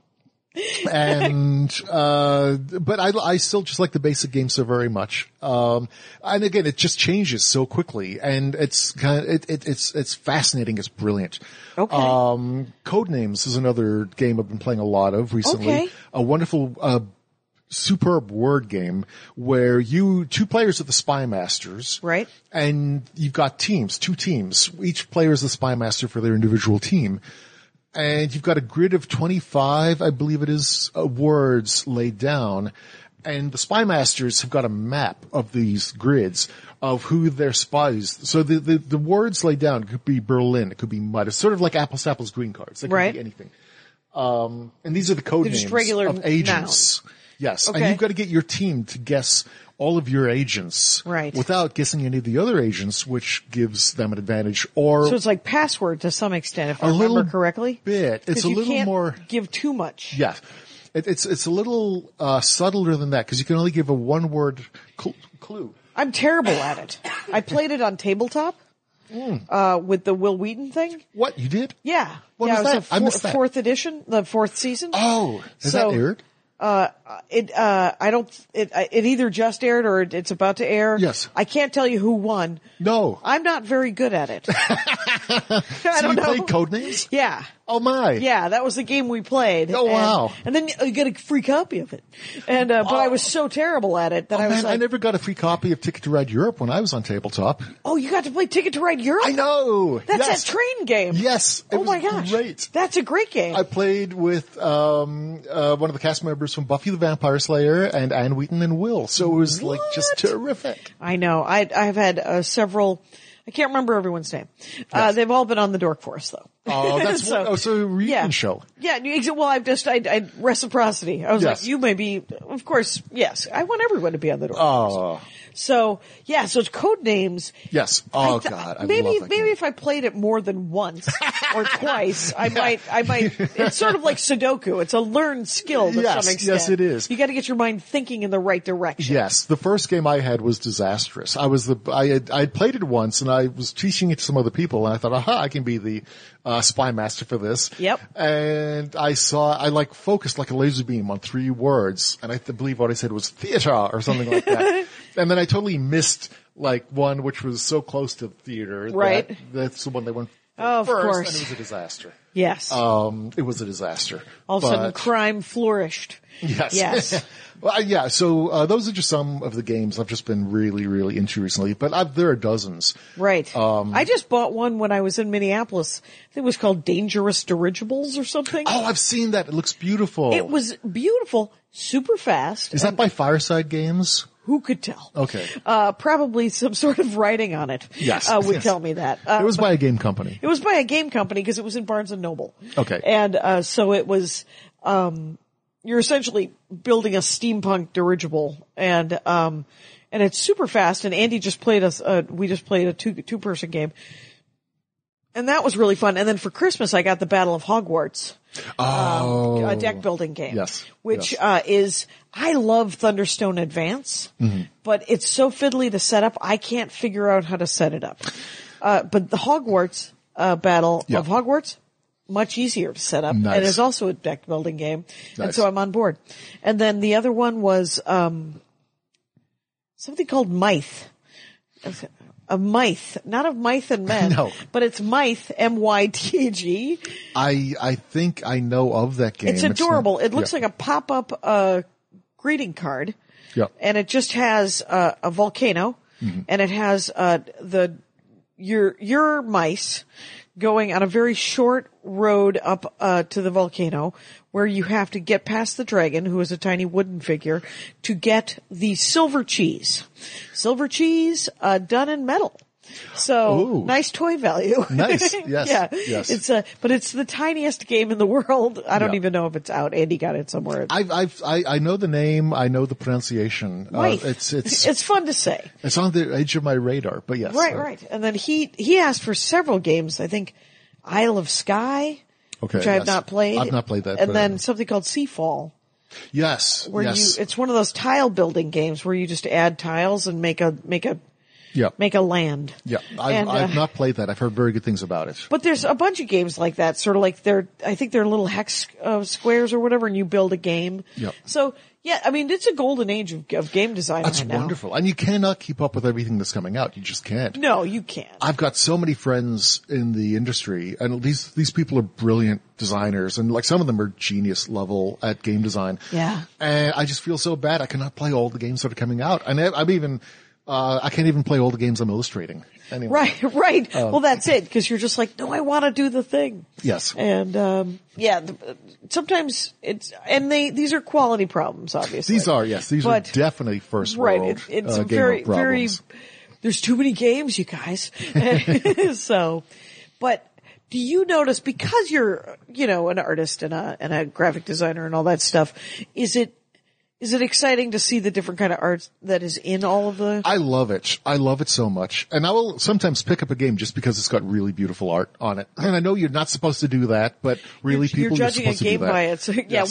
Speaker 4: and uh, but I, I still just like the basic game so very much. Um, and again, it just changes so quickly, and it's kind of it, it, it's it's fascinating. It's brilliant.
Speaker 3: Okay.
Speaker 4: Uh, Um, Codenames is another game I've been playing a lot of recently.
Speaker 3: Okay.
Speaker 4: A wonderful uh, superb word game where you, two players are the spy masters.
Speaker 3: Right.
Speaker 4: And you've got teams, two teams. Each player is the spy master for their individual team. And you've got a grid of 25, I believe it is, uh, words laid down. And the spy masters have got a map of these grids of who their spies. So the, the, the words laid down could be Berlin, it could be mud. It's sort of like apples to apples green cards. It could
Speaker 3: Right.
Speaker 4: be anything. Um, and these are the code
Speaker 3: They're just
Speaker 4: names
Speaker 3: regular
Speaker 4: of agents. Yes.
Speaker 3: Okay.
Speaker 4: And you've got to get your team to guess all of your agents.
Speaker 3: Right.
Speaker 4: Without guessing any of the other agents, which gives them an advantage or
Speaker 3: So it's like password to some extent, if I
Speaker 4: A
Speaker 3: remember
Speaker 4: little
Speaker 3: correctly.
Speaker 4: bit. It's
Speaker 3: 'Cause
Speaker 4: a
Speaker 3: you
Speaker 4: little
Speaker 3: can't
Speaker 4: more-
Speaker 3: give too much.
Speaker 4: Yes. It, it's, it's a little, uh, subtler than that because you can only give a one word cl- clue.
Speaker 3: I'm terrible at it. I played it on tabletop
Speaker 4: Hmm.
Speaker 3: uh, with the Will Wheaton thing.
Speaker 4: What? You did?
Speaker 3: Yeah,
Speaker 4: What
Speaker 3: yeah,
Speaker 4: was
Speaker 3: it
Speaker 4: that?
Speaker 3: was the
Speaker 4: I missed that.
Speaker 3: fourth edition, the fourth season.
Speaker 4: Oh, is
Speaker 3: So-
Speaker 4: that aired?
Speaker 3: Uh, it, uh, I don't, it, it either just aired or it, it's about to air.
Speaker 4: Yes.
Speaker 3: I can't tell you who won.
Speaker 4: No.
Speaker 3: I'm not very good at
Speaker 4: *laughs*
Speaker 3: it. *laughs* I
Speaker 4: so
Speaker 3: don't
Speaker 4: you
Speaker 3: know.
Speaker 4: played code names?
Speaker 3: Yeah.
Speaker 4: Oh my.
Speaker 3: Yeah, that was the game we played.
Speaker 4: Oh,
Speaker 3: and,
Speaker 4: wow. Oh.
Speaker 3: And then you get a free copy of it. And, uh, but I was so terrible at it that I was
Speaker 4: Man,
Speaker 3: like,
Speaker 4: I never got a free copy of Ticket to Ride Europe when I was on tabletop.
Speaker 3: oh, you got to play Ticket to Ride Europe?
Speaker 4: I know.
Speaker 3: That's
Speaker 4: yes.
Speaker 3: that train game.
Speaker 4: Yes. It
Speaker 3: oh
Speaker 4: was
Speaker 3: my gosh.
Speaker 4: Great.
Speaker 3: That's a great game.
Speaker 4: I played with um, uh, one of the cast members from Buffy the Vampire Slayer and Anne Wheaton and Will. So it was like just terrific.
Speaker 3: I know. I, I've had uh, several, I can't remember everyone's name. Uh, they've all been on the Dork Force though. *laughs*
Speaker 4: Oh, that's
Speaker 3: So-
Speaker 4: what, oh, so a reunion
Speaker 3: yeah.
Speaker 4: show.
Speaker 3: Yeah, you- exa- well, I've just, I, I, reciprocity. I was
Speaker 4: Yes.
Speaker 3: like, you may be, of course, yes, I want everyone to be on the Dork Force.
Speaker 4: Oh,
Speaker 3: So, yeah, so it's code names.
Speaker 4: yes. Oh
Speaker 3: I th-
Speaker 4: God, I
Speaker 3: maybe
Speaker 4: love that
Speaker 3: maybe
Speaker 4: game.
Speaker 3: if I played it more than
Speaker 4: *laughs*
Speaker 3: once or twice, I might I might. It's sort of like Sudoku. It's a learned skill to
Speaker 4: Yes,
Speaker 3: some
Speaker 4: yes,
Speaker 3: extent.
Speaker 4: it is.
Speaker 3: You got to get your mind thinking in the right direction.
Speaker 4: Yes, the first game I had was disastrous. I was the I had, I had played it once, and I was teaching it to some other people, and I thought, aha, I can be the uh, spy master for this.
Speaker 3: Yep.
Speaker 4: And I saw I like focused like a laser beam on three words, and I th- believe what I said was theater or something
Speaker 3: *laughs*
Speaker 4: like that. and then I totally missed like one which was so close to theater. that-
Speaker 3: Right. Oh,
Speaker 4: that's the one they went. for
Speaker 3: Of
Speaker 4: first,
Speaker 3: course.
Speaker 4: and it was a disaster.
Speaker 3: Yes.
Speaker 4: Um, it was a disaster.
Speaker 3: All of a sudden,
Speaker 4: But-
Speaker 3: crime flourished.
Speaker 4: Yes.
Speaker 3: Yes.
Speaker 4: *laughs* well, yeah. So uh, those are just some of the games I've just been really, really into recently, but I've, there are dozens.
Speaker 3: Right.
Speaker 4: Um,
Speaker 3: I just bought one when I was in Minneapolis. I think it was called Dangerous Dirigibles or something.
Speaker 4: Oh, I've seen that. It looks beautiful.
Speaker 3: it was beautiful, super fast.
Speaker 4: Is that by Fireside Games?
Speaker 3: Who could tell?
Speaker 4: Okay.
Speaker 3: Uh, probably some sort of writing on it.
Speaker 4: Yes.
Speaker 3: Uh, would
Speaker 4: Yes.
Speaker 3: tell me that. Uh,
Speaker 4: it was
Speaker 3: but-
Speaker 4: by a game company.
Speaker 3: It was by a game company because it was in Barnes and Noble.
Speaker 4: Okay.
Speaker 3: And uh, so it was, um, you're essentially building a steampunk dirigible, and um, and it's super fast. And Andy just played us. Uh, we just played a two two person game, and that was really fun. And then for Christmas, I got the Battle of Hogwarts um,
Speaker 4: Oh,
Speaker 3: a deck building game.
Speaker 4: Yes,
Speaker 3: Which
Speaker 4: yes.
Speaker 3: Uh, is, I love Thunderstone Advance, but it's so fiddly to set up, I can't figure out how to set it up. Uh, but the Hogwarts uh, Battle
Speaker 4: Yeah.
Speaker 3: of Hogwarts, much easier to set up.
Speaker 4: Nice.
Speaker 3: And it's also a deck building game. And
Speaker 4: Nice.
Speaker 3: so I'm on board. And then the other one was um, something called Mythe. A mythe, not of mythe and men,
Speaker 4: *laughs* No.
Speaker 3: but it's mythe, M-Y-T-H-E.
Speaker 4: I I think I know of that game.
Speaker 3: It's adorable.
Speaker 4: not-
Speaker 3: it looks
Speaker 4: yeah.
Speaker 3: like a pop up uh, greeting card,
Speaker 4: Yeah.
Speaker 3: and it just has uh, a volcano,
Speaker 4: Mm-hmm.
Speaker 3: and it has uh, the your your mice going on a very short road up uh, to the volcano, where you have to get past the dragon, who is a tiny wooden figure, to get the silver cheese. Silver cheese uh, done in metal. So
Speaker 4: Ooh.
Speaker 3: nice toy value. *laughs*
Speaker 4: *laughs* Nice. Yes.
Speaker 3: yeah.
Speaker 4: Yes.
Speaker 3: It's a, but it's the tiniest game in the world. I don't
Speaker 4: Yeah.
Speaker 3: even know if it's out. Andy got it somewhere.
Speaker 4: I've, I've, I I know the name. I know the pronunciation. Uh,
Speaker 3: Right. *laughs*
Speaker 4: it's it's
Speaker 3: it's fun to say.
Speaker 4: it's on the edge of my radar. But yes,
Speaker 3: Right,
Speaker 4: uh,
Speaker 3: right. And then he, he asked for several games. I think Isle of Sky,
Speaker 4: Okay,
Speaker 3: which I have
Speaker 4: yes.
Speaker 3: not played.
Speaker 4: I've not played that,
Speaker 3: And
Speaker 4: but-
Speaker 3: then something called Seafall,
Speaker 4: Yes,
Speaker 3: where
Speaker 4: yes.
Speaker 3: you, it's one of those tile building games where you just add tiles and make a, make a,
Speaker 4: Yeah.
Speaker 3: make a land.
Speaker 4: Yeah, I've,
Speaker 3: And, uh,
Speaker 4: I've not played that. I've heard very good things about it.
Speaker 3: But there's a bunch of games like that, sort of like they're, I think they're little hex uh, squares or whatever, and you build a game.
Speaker 4: Yep.
Speaker 3: So yeah, I mean it's a golden age of, of game design.
Speaker 4: That's
Speaker 3: right now.
Speaker 4: wonderful. And you cannot keep up with everything that's coming out. You just can't.
Speaker 3: No, you can't.
Speaker 4: I've got so many friends in the industry and these, these people are brilliant designers and like some of them are genius level at game design.
Speaker 3: Yeah.
Speaker 4: And I just feel so bad. I cannot play all the games that are coming out. And I, I'm even, uh, I can't even play all the games I'm illustrating. Anyway.
Speaker 3: Right, *laughs* right.
Speaker 4: Um,
Speaker 3: well, that's it because you're just like, no, I want to do the thing.
Speaker 4: Yes.
Speaker 3: And um, yeah, the, sometimes it's and they these are quality problems, obviously.
Speaker 4: These are, yes, these
Speaker 3: But-
Speaker 4: are definitely first
Speaker 3: right.
Speaker 4: world.
Speaker 3: It, it's
Speaker 4: uh, gamer
Speaker 3: very, very.
Speaker 4: problems.
Speaker 3: There's too many games, you guys. *laughs* so, but do you notice because you're, you know, an artist and a and a graphic designer and all that stuff? Is it is it exciting to see the different kind of art that is in all of the?
Speaker 4: I love it. I love it so much. And I will sometimes pick up a game just because it's got really beautiful art on it. And I know you're not supposed to do that, but really
Speaker 3: you're
Speaker 4: people
Speaker 3: judging
Speaker 4: are
Speaker 3: a
Speaker 4: supposed
Speaker 3: game
Speaker 4: to do that.
Speaker 3: by it. So, yeah,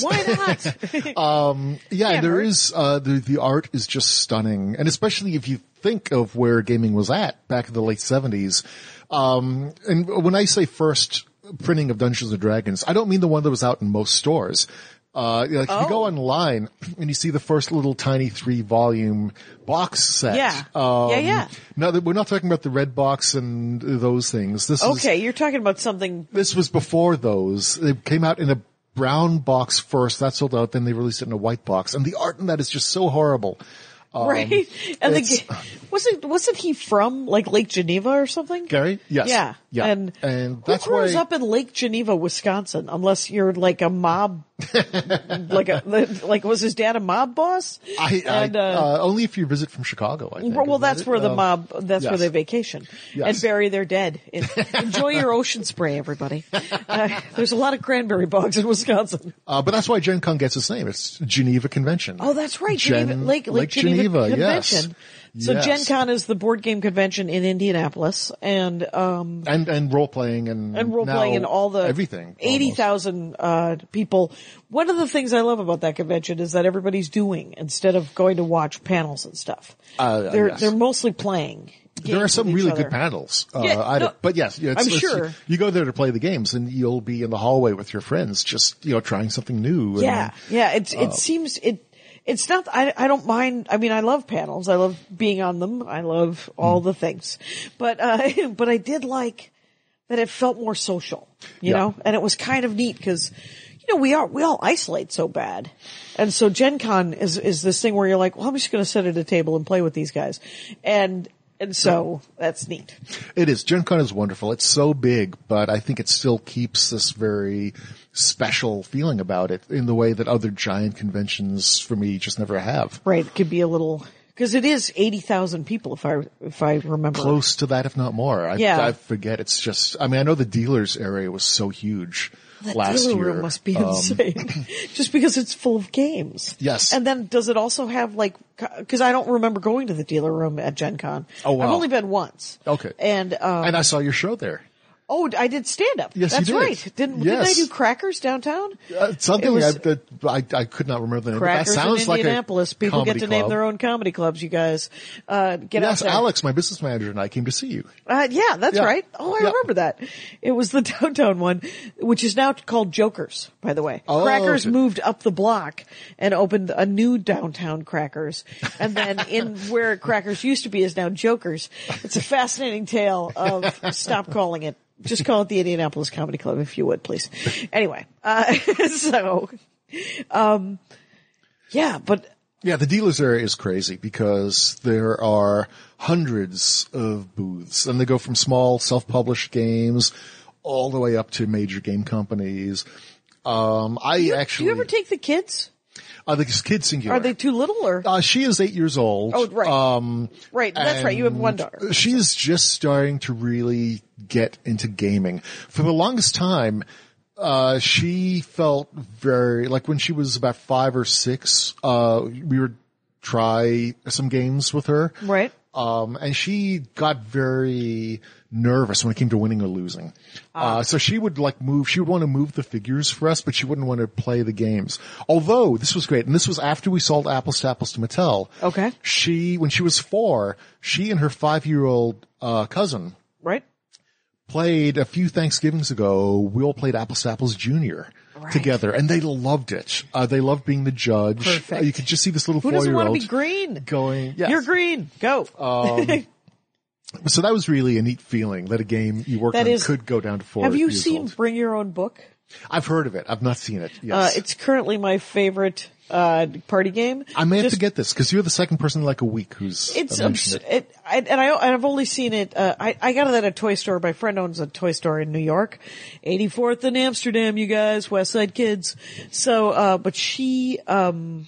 Speaker 3: why
Speaker 4: *laughs*
Speaker 3: not?
Speaker 4: Yeah,
Speaker 3: Yeah,
Speaker 4: there
Speaker 3: right.
Speaker 4: is, uh, the, the art is just stunning. And especially if you think of where gaming was at back in the late seventies. Um, and when I say first printing of Dungeons and Dragons, I don't mean the one that was out in most stores. Uh, like if you
Speaker 3: Oh.
Speaker 4: go online and you see the first little tiny three volume box set.
Speaker 3: Yeah.
Speaker 4: Um,
Speaker 3: Yeah, yeah.
Speaker 4: No, th- we're not talking about the red box and those things. This is,
Speaker 3: okay, you're talking about something
Speaker 4: this was before those. It came out in a brown box first. That sold out. Then they released it in a white box. And the art in that is just so horrible.
Speaker 3: right? *laughs* And the
Speaker 4: Um, it's-
Speaker 3: ga- wasn't wasn't he from like Lake Geneva or something?
Speaker 4: Gary? Yes.
Speaker 3: Yeah,
Speaker 4: Yeah.
Speaker 3: and
Speaker 4: and
Speaker 3: who
Speaker 4: that's
Speaker 3: grows
Speaker 4: why.
Speaker 3: up in Lake Geneva, Wisconsin, unless you're like a
Speaker 4: *laughs*
Speaker 3: mob, like a like was his dad a mob boss?
Speaker 4: I, I,
Speaker 3: and, uh,
Speaker 4: uh, only if you visit from Chicago, I think.
Speaker 3: well,
Speaker 4: Isn't that
Speaker 3: that's
Speaker 4: it?
Speaker 3: where the
Speaker 4: Uh,
Speaker 3: mob, that's where
Speaker 4: yes.
Speaker 3: they vacation
Speaker 4: Yes.
Speaker 3: and bury their
Speaker 4: *laughs*
Speaker 3: dead. In- Enjoy your ocean spray, everybody. Uh, there's a lot of cranberry bogs in Wisconsin.
Speaker 4: Uh, but that's why Gen Con gets its name. It's Geneva Convention.
Speaker 3: Oh, that's right.
Speaker 4: Gen-
Speaker 3: Geneva, Lake, Lake, Geneva,
Speaker 4: Geneva, yes.
Speaker 3: Convention. So
Speaker 4: Yes.
Speaker 3: Gen Con is the board game convention in Indianapolis and, um,
Speaker 4: And, and role playing and,
Speaker 3: and role
Speaker 4: now
Speaker 3: playing and all the
Speaker 4: everything.
Speaker 3: eighty
Speaker 4: almost.
Speaker 3: thousand uh, people. One of the things I love about that convention is that everybody's doing instead of going to watch panels and stuff.
Speaker 4: Uh,
Speaker 3: they're
Speaker 4: yes.
Speaker 3: they're mostly playing.
Speaker 4: There are
Speaker 3: games
Speaker 4: some
Speaker 3: with each
Speaker 4: really
Speaker 3: other.
Speaker 4: good panels. Uh,
Speaker 3: Yeah,
Speaker 4: I don't-
Speaker 3: no,
Speaker 4: but yes, yeah, it's,
Speaker 3: I'm
Speaker 4: it's-
Speaker 3: sure.
Speaker 4: You, go there to play the games and you'll be in the hallway with your friends just, you know, trying something new. and-
Speaker 3: Yeah, yeah. It's
Speaker 4: Um,
Speaker 3: it seems it. It's not. I I don't mind. I mean, I love panels. I love being on them. I love all
Speaker 4: Hmm.
Speaker 3: the things. But uh, *laughs* but I did like that it felt more social. You
Speaker 4: Yeah.
Speaker 3: know, and it was kind of neat because. You know, we are, we all isolate so bad. And so Gen Con is, is this thing where you're like, well, I'm just going to sit at a table and play with these guys. And, and so that's neat.
Speaker 4: It is. Gen Con is wonderful. It's so big, but I think it still keeps this very special feeling about it in the way that other giant conventions for me just never have.
Speaker 3: Right. It could be a little, cause it is 80,000 people if I, if I remember.
Speaker 4: Close to that, if not more. I,
Speaker 3: Yeah.
Speaker 4: I forget. It's just, I mean, I know the dealers area was so huge
Speaker 3: That
Speaker 4: last
Speaker 3: dealer
Speaker 4: year.
Speaker 3: room must be
Speaker 4: Um, *laughs*
Speaker 3: insane, *laughs* just because it's full of games.
Speaker 4: Yes.
Speaker 3: and then does it also have like? Because I don't remember going to the dealer room at Gen Con.
Speaker 4: Oh, wow.
Speaker 3: I've only been once.
Speaker 4: Okay.
Speaker 3: and um,
Speaker 4: and I saw your show there.
Speaker 3: oh, I did stand up.
Speaker 4: Yes, you
Speaker 3: that's
Speaker 4: did.
Speaker 3: right. Didn't didn't I
Speaker 4: Yes.
Speaker 3: do crackers downtown?
Speaker 4: Uh, something
Speaker 3: It was-
Speaker 4: I, that I, I could not remember the name. but
Speaker 3: Crackers
Speaker 4: that sounds
Speaker 3: in
Speaker 4: like
Speaker 3: Indianapolis.
Speaker 4: a
Speaker 3: People get
Speaker 4: comedy
Speaker 3: to name
Speaker 4: club.
Speaker 3: their own comedy clubs. You guys, uh, get
Speaker 4: Yes,
Speaker 3: out there.
Speaker 4: Alex, my business manager, and I came to see you.
Speaker 3: Uh, yeah, that's
Speaker 4: Yeah.
Speaker 3: right. Oh, I
Speaker 4: Yeah.
Speaker 3: remember that. It was the *laughs* downtown one, which is now called Jokers, by the way.
Speaker 4: Oh,
Speaker 3: Crackers
Speaker 4: okay.
Speaker 3: moved up the block and opened a new downtown Crackers. And then
Speaker 4: *laughs*
Speaker 3: in where Crackers used to be is now Jokers. It's a fascinating tale
Speaker 4: *laughs*
Speaker 3: of stop calling it. Just call it the Indianapolis Comedy Club if you would, please. Anyway, uh, *laughs* so, um, yeah, but
Speaker 4: Yeah, the dealers area is crazy because there are hundreds of booths and they go from small self-published games all the way up to major game companies. Um, I
Speaker 3: do
Speaker 4: actually,
Speaker 3: you ever take the kids?
Speaker 4: uh, the kid singular.
Speaker 3: Are they too little or?
Speaker 4: uh, she is eight years old.
Speaker 3: Oh, right.
Speaker 4: Um,
Speaker 3: Right, that's right. You have one
Speaker 4: and
Speaker 3: daughter.
Speaker 4: She's Uh, just starting to really get into gaming. For the longest time, uh, she felt very, like when she was about five or six, uh, we would try some games with her.
Speaker 3: Right.
Speaker 4: Um, and she got very nervous when it came to winning or losing.
Speaker 3: Ah.
Speaker 4: Uh, so she would like move, she would want to move the figures for us, but she wouldn't want to play the games. Although this was great. And this was after we sold apples to apples to Mattel.
Speaker 3: Okay.
Speaker 4: She, when she was four, she and her five year old, uh, cousin
Speaker 3: right?
Speaker 4: played a few Thanksgivings ago. We all played Apples to Apples Junior together, and they loved it. Uh, they loved being the judge.
Speaker 3: Perfect.
Speaker 4: Uh, you could just see this little
Speaker 3: Who doesn't want to
Speaker 4: four-year-old
Speaker 3: be green?
Speaker 4: going. Yes. Um,
Speaker 3: You're green. Go. *laughs*
Speaker 4: So that was really a neat feeling that a game you worked
Speaker 3: That
Speaker 4: on
Speaker 3: is-
Speaker 4: could go down to four.
Speaker 3: Have you
Speaker 4: years
Speaker 3: seen
Speaker 4: old.
Speaker 3: Bring Your Own Book?
Speaker 4: I've heard of it. I've not seen it.
Speaker 3: Uh,
Speaker 4: Yes.
Speaker 3: it's currently my favorite uh, party game.
Speaker 4: I may have
Speaker 3: Just-
Speaker 4: to get this because you're the second person in like a week who's uh,
Speaker 3: It's abs-
Speaker 4: mentioned
Speaker 3: it.
Speaker 4: it.
Speaker 3: I, and I and I've only seen it. Uh, I I got it at a toy store. My friend owns a toy store in New York, 84th in Amsterdam. You guys, West Side Kids. So, uh, but she um.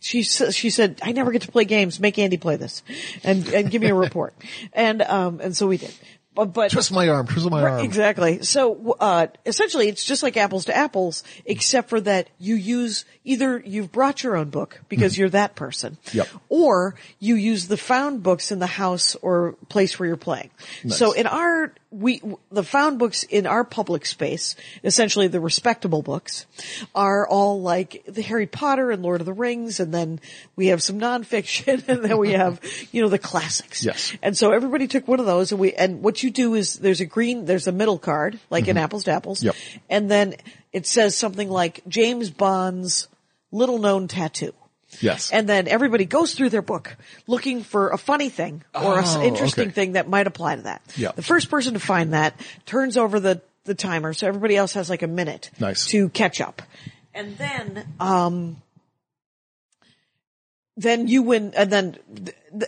Speaker 3: She s- she said I never get to play games. Make Andy play this, and and give me a
Speaker 4: *laughs*
Speaker 3: report. and um and so we did. But but
Speaker 4: Twist my arm. Twist my
Speaker 3: Right,
Speaker 4: arm.
Speaker 3: Exactly. So uh, essentially, it's just like apples to apples, except for that you use either you've brought your own book because you're that person,
Speaker 4: Mm-hmm. Yep.
Speaker 3: or you use the found books in the house or place where you're playing. So in our we the found books in our public space, essentially the respectable books, are all like the Harry Potter and Lord of the Rings, and then we have some nonfiction, *laughs* and then we have you know the classics.
Speaker 4: Yes.
Speaker 3: And so everybody took one of those and we, and what you do is there's a green, there's a middle card, like in apples to apples.
Speaker 4: Yep.
Speaker 3: And then it says something like James Bond's little known tattoo.
Speaker 4: Yes.
Speaker 3: And then everybody goes through their book looking for a funny thing or an
Speaker 4: Oh,
Speaker 3: interesting
Speaker 4: okay.
Speaker 3: thing that might apply to that.
Speaker 4: Yeah.
Speaker 3: The first person to find that turns over the, the timer. So everybody else has like a minute
Speaker 4: Nice.
Speaker 3: to catch up. And then, um, then you win, and then,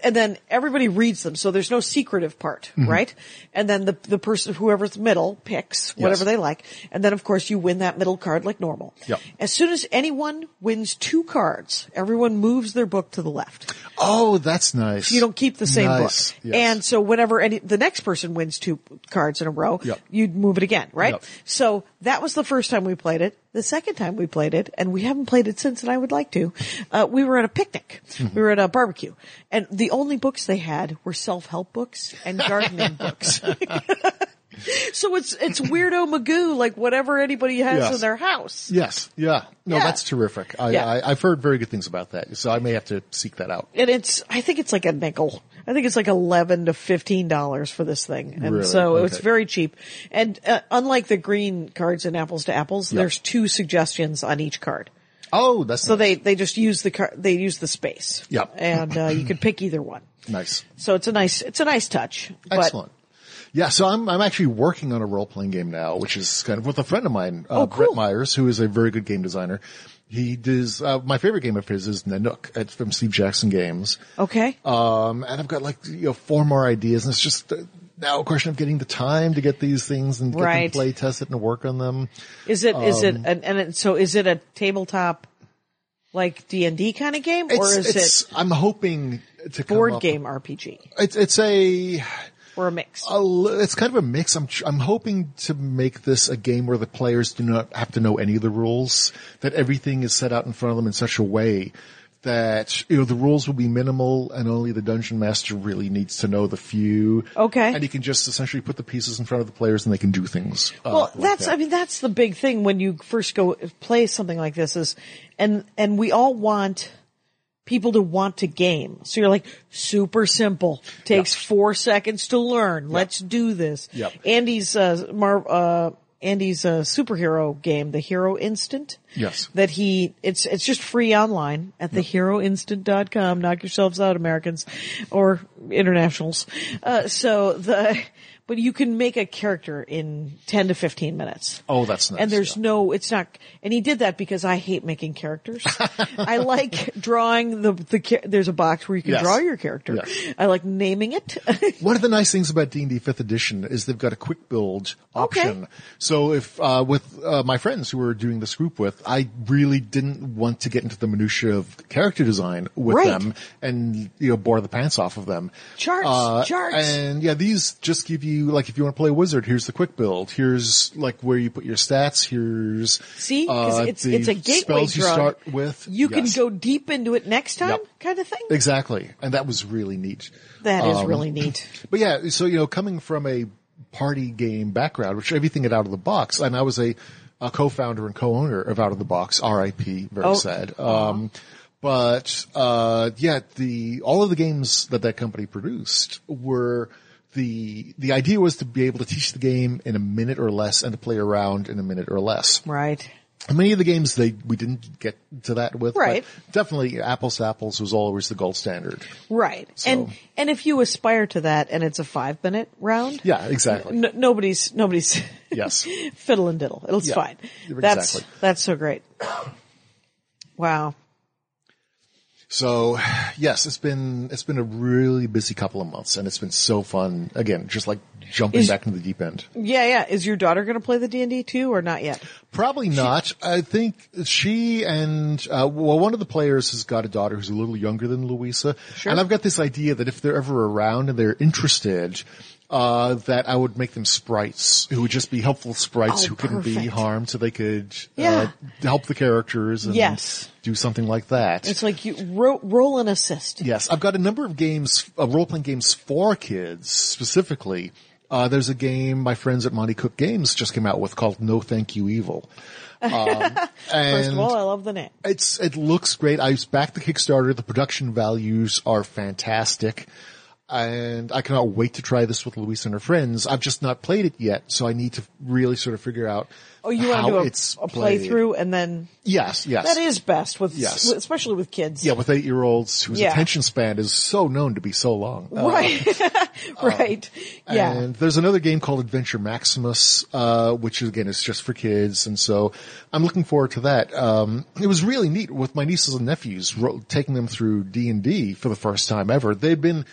Speaker 3: and then everybody reads them, so there's no secretive part,
Speaker 4: Mm-hmm.
Speaker 3: right? And then the, the person, whoever's middle picks whatever
Speaker 4: Yes.
Speaker 3: they like, and then of course you win that middle card like normal.
Speaker 4: Yep.
Speaker 3: As soon as anyone wins two cards, everyone moves their book to the left.
Speaker 4: oh, that's nice.
Speaker 3: You don't keep the same
Speaker 4: Nice.
Speaker 3: book.
Speaker 4: Yes.
Speaker 3: And so whenever any, the next person wins two cards in a row,
Speaker 4: Yep.
Speaker 3: you'd move it again, right?
Speaker 4: Yep.
Speaker 3: So that was the first time we played it. The second time we played it, and we haven't played it since, and I would like to, uh, we were at a picnic.
Speaker 4: Mm-hmm.
Speaker 3: We were at a barbecue. And the only books they had were self-help books and
Speaker 4: *laughs*
Speaker 3: gardening books. *laughs* so it's, it's weirdo Magoo, like whatever anybody has
Speaker 4: Yes.
Speaker 3: in their house.
Speaker 4: Yes. Yeah. No,
Speaker 3: Yeah.
Speaker 4: that's terrific. I,
Speaker 3: Yeah.
Speaker 4: I, I've heard very good things about that, so I may have to seek that out.
Speaker 3: and it's I think it's like a nickel. I think it's like eleven to fifteen dollars for this thing, and
Speaker 4: Really?
Speaker 3: so it's
Speaker 4: Okay.
Speaker 3: very cheap. And uh, unlike the green cards in apples to apples, there's two suggestions on each card,
Speaker 4: Oh, that's
Speaker 3: so they they just use the car they use the space.
Speaker 4: Yep.
Speaker 3: and uh, you could pick either one.
Speaker 4: nice.
Speaker 3: So it's a nice it's a nice touch. But
Speaker 4: Excellent. yeah, so I'm I'm actually working on a role playing game now, which is kind of with a friend of mine, uh,
Speaker 3: Oh, cool.
Speaker 4: Brett Myers, who is a very good game designer. He does uh, my favorite game of his is Nanook. It's from Steve Jackson Games.
Speaker 3: Okay.
Speaker 4: Um, and I've got like you know four more ideas, and it's just uh, now a question of getting the time to get these things and get
Speaker 3: Right.
Speaker 4: them play tested and work on them.
Speaker 3: is it is
Speaker 4: um,
Speaker 3: it an, and it, so is it a tabletop like D and D kind of game, or
Speaker 4: It's-
Speaker 3: is
Speaker 4: it's-
Speaker 3: it
Speaker 4: I'm hoping to come
Speaker 3: board
Speaker 4: up-
Speaker 3: game RPG
Speaker 4: It's it's a
Speaker 3: or a mix?
Speaker 4: a li- it's kind of a mix. I'm tr- I'm hoping to make this a game where the players do not have to know any of the rules. That everything is set out in front of them in such a way that you know the rules will be minimal, and only the dungeon master really needs to know the few.
Speaker 3: Okay.
Speaker 4: and he can just essentially put the pieces in front of the players, and they can do things. uh,
Speaker 3: Well,
Speaker 4: like
Speaker 3: that's,
Speaker 4: that.
Speaker 3: I mean, that's the big thing when you first go play something like this is, and, and we all want people to want to game. So you're like, super simple. Takes four seconds to learn. Let's do this.
Speaker 4: Yep.
Speaker 3: Andy's, uh, Mar, uh, Andy's uh, superhero game, the Hero Instant.
Speaker 4: Yes.
Speaker 3: That he, it's, it's just free online at theheroinstant.com. Knock yourselves out, Americans or internationals. Uh, so the, but you can make a character in 10 to 15 minutes.
Speaker 4: Oh, that's nice.
Speaker 3: And there's
Speaker 4: yeah.
Speaker 3: no, it's not, and he did that because I hate making
Speaker 4: *laughs*
Speaker 3: characters. I like drawing the, the, cha- there's a box where you can
Speaker 4: Yes.
Speaker 3: draw your character.
Speaker 4: Yes.
Speaker 3: I like naming
Speaker 4: *laughs*
Speaker 3: it. *laughs*
Speaker 4: One of the nice things about D&D 5th edition is they've got a quick build option.
Speaker 3: Okay.
Speaker 4: So if, uh, with, uh, my friends who were doing this group with, I really didn't want to get into the minutia of character design with
Speaker 3: Right.
Speaker 4: them and, you know, bore the pants off of them.
Speaker 3: Charts, charts.
Speaker 4: And yeah, these just give you you like if you want to play wizard, here's the quick build. Here's like where you put your stats. Here's
Speaker 3: See? 'Cause it's- it's a gateway
Speaker 4: Uh, spells you
Speaker 3: drug.
Speaker 4: start with.
Speaker 3: You can
Speaker 4: Yes.
Speaker 3: go deep into it next time
Speaker 4: Yep.
Speaker 3: kind of thing.
Speaker 4: exactly, and that was really neat.
Speaker 3: That is
Speaker 4: Um,
Speaker 3: really neat.
Speaker 4: But yeah, so you know, coming from a party game background, which everything had out of the box, and I was a, a co-founder and co-owner of Out of the Box, R.I.P. Very
Speaker 3: Oh.
Speaker 4: sad. Um, but uh, yeah, the all of the games that that company produced were the the idea was to be able to teach the game in a minute or less and to play around in a minute or less
Speaker 3: Right.
Speaker 4: many of the games they we didn't get to that with but
Speaker 3: Right.
Speaker 4: definitely apples to apples was always the gold standard
Speaker 3: Right. And and if you aspire to that and it's a 5 minute round,
Speaker 4: yeah exactly
Speaker 3: n- nobody's nobody's *laughs*
Speaker 4: yes
Speaker 3: fiddle and diddle. It's
Speaker 4: Yeah,
Speaker 3: fine. That's
Speaker 4: exactly.
Speaker 3: that's so great. Wow.
Speaker 4: so yes it's been it's been a really busy couple of months and it's been so fun again just like jumping
Speaker 3: Is-
Speaker 4: back into the deep end
Speaker 3: Yeah, yeah. Is your daughter going to play the D&D too or not yet?
Speaker 4: Probably not. I think she and uh, well, one of the players has got a daughter who's a little younger than Louisa,
Speaker 3: Sure.
Speaker 4: and I've got this idea that if they're ever around and they're interested, uh, that I would make them sprites who would just be helpful sprites
Speaker 3: Oh,
Speaker 4: who couldn't be
Speaker 3: perfect.
Speaker 4: harmed, so they could
Speaker 3: Yeah.
Speaker 4: uh, help the characters and
Speaker 3: Yes.
Speaker 4: do something like that.
Speaker 3: It's like you ro- roll and assist.
Speaker 4: Yes, I've got a number of games, uh, role-playing games for kids specifically. Uh, there's a game my friends at Monty Cook Games just came out with called No Thank
Speaker 3: *laughs*
Speaker 4: You Evil. Um, and
Speaker 3: First of all, I love the name.
Speaker 4: it's, it looks great. I backed the Kickstarter. The production values are fantastic. And I cannot wait to try this with Luis and her friends. I've just not played it yet, so I need to really sort of figure out
Speaker 3: Oh, you want
Speaker 4: how
Speaker 3: to do a,
Speaker 4: it's
Speaker 3: a
Speaker 4: played.
Speaker 3: playthrough and then
Speaker 4: Yes, yes.
Speaker 3: that is best with,
Speaker 4: Yes.
Speaker 3: with- especially with kids.
Speaker 4: yeah, with eight-year-olds whose
Speaker 3: Yeah.
Speaker 4: attention span is so known to be so long. Uh,
Speaker 3: Right. *laughs* right. Yeah.
Speaker 4: And there's another game called Adventure Maximus, uh, which again is just for kids. And so I'm looking forward to that. Um, it was really neat with my nieces and nephews, ro- taking them through D and D for the first time ever. They've been,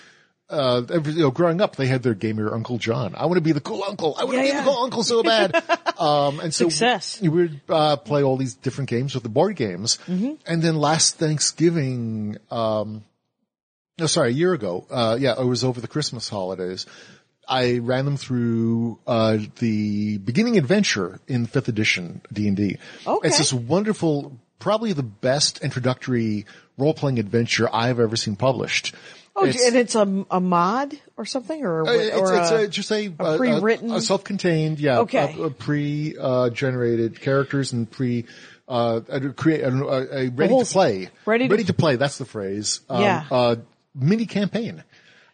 Speaker 4: uh, every, you know, growing up, they had their gamer Uncle John. I want to be the cool uncle. I want to
Speaker 3: Yeah,
Speaker 4: be
Speaker 3: yeah.
Speaker 4: the cool uncle
Speaker 3: *laughs*
Speaker 4: so bad. um, and so
Speaker 3: Success.
Speaker 4: we would uh, play all these different games with the board games.
Speaker 3: Mm-hmm.
Speaker 4: And then last Thanksgiving, no, sorry, a year ago. Uh, yeah, it was over the Christmas holidays. I ran them through uh, the beginning adventure in fifth edition D and D.
Speaker 3: Okay.
Speaker 4: It's this wonderful, probably the best introductory role playing adventure I've ever seen published.
Speaker 3: Oh,
Speaker 4: It's-
Speaker 3: and it's a, a mod or something or,
Speaker 4: uh, it's,
Speaker 3: or
Speaker 4: it's
Speaker 3: a-
Speaker 4: a, just a, a-
Speaker 3: pre-written-
Speaker 4: a, self-contained, yeah,
Speaker 3: Okay.
Speaker 4: a, a pre-generated characters and pre uh, a- create a, a, a ready
Speaker 3: whole
Speaker 4: to play,
Speaker 3: s- ready to-
Speaker 4: play. That's the phrase. Um,
Speaker 3: Yeah.
Speaker 4: Uh, mini campaign,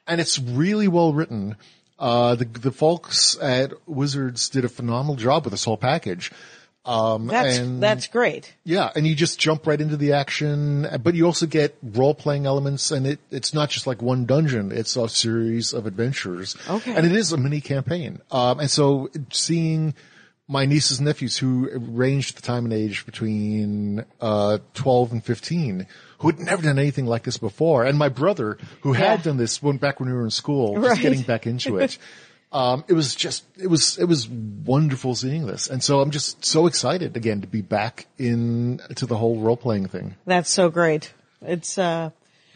Speaker 4: and it's really well written. Uh, the the folks at Wizards did a phenomenal job with this whole package. Um,
Speaker 3: that's,
Speaker 4: and
Speaker 3: that's great.
Speaker 4: yeah, and you just jump right into the action, but you also get role playing elements, and it it's not just like one dungeon; it's a series of adventures.
Speaker 3: Okay.
Speaker 4: and it is a mini campaign. Um, and so seeing my nieces and nephews who ranged the time and age between uh 12 and 15 who had never done anything like this before and my brother who had
Speaker 3: Yeah.
Speaker 4: done this went back when we were in school just
Speaker 3: Right.
Speaker 4: getting back into *laughs* it um, it was just it was it was wonderful seeing this, and so I'm just so excited again to be back in to the whole role playing thing.
Speaker 3: That's so great. It's uh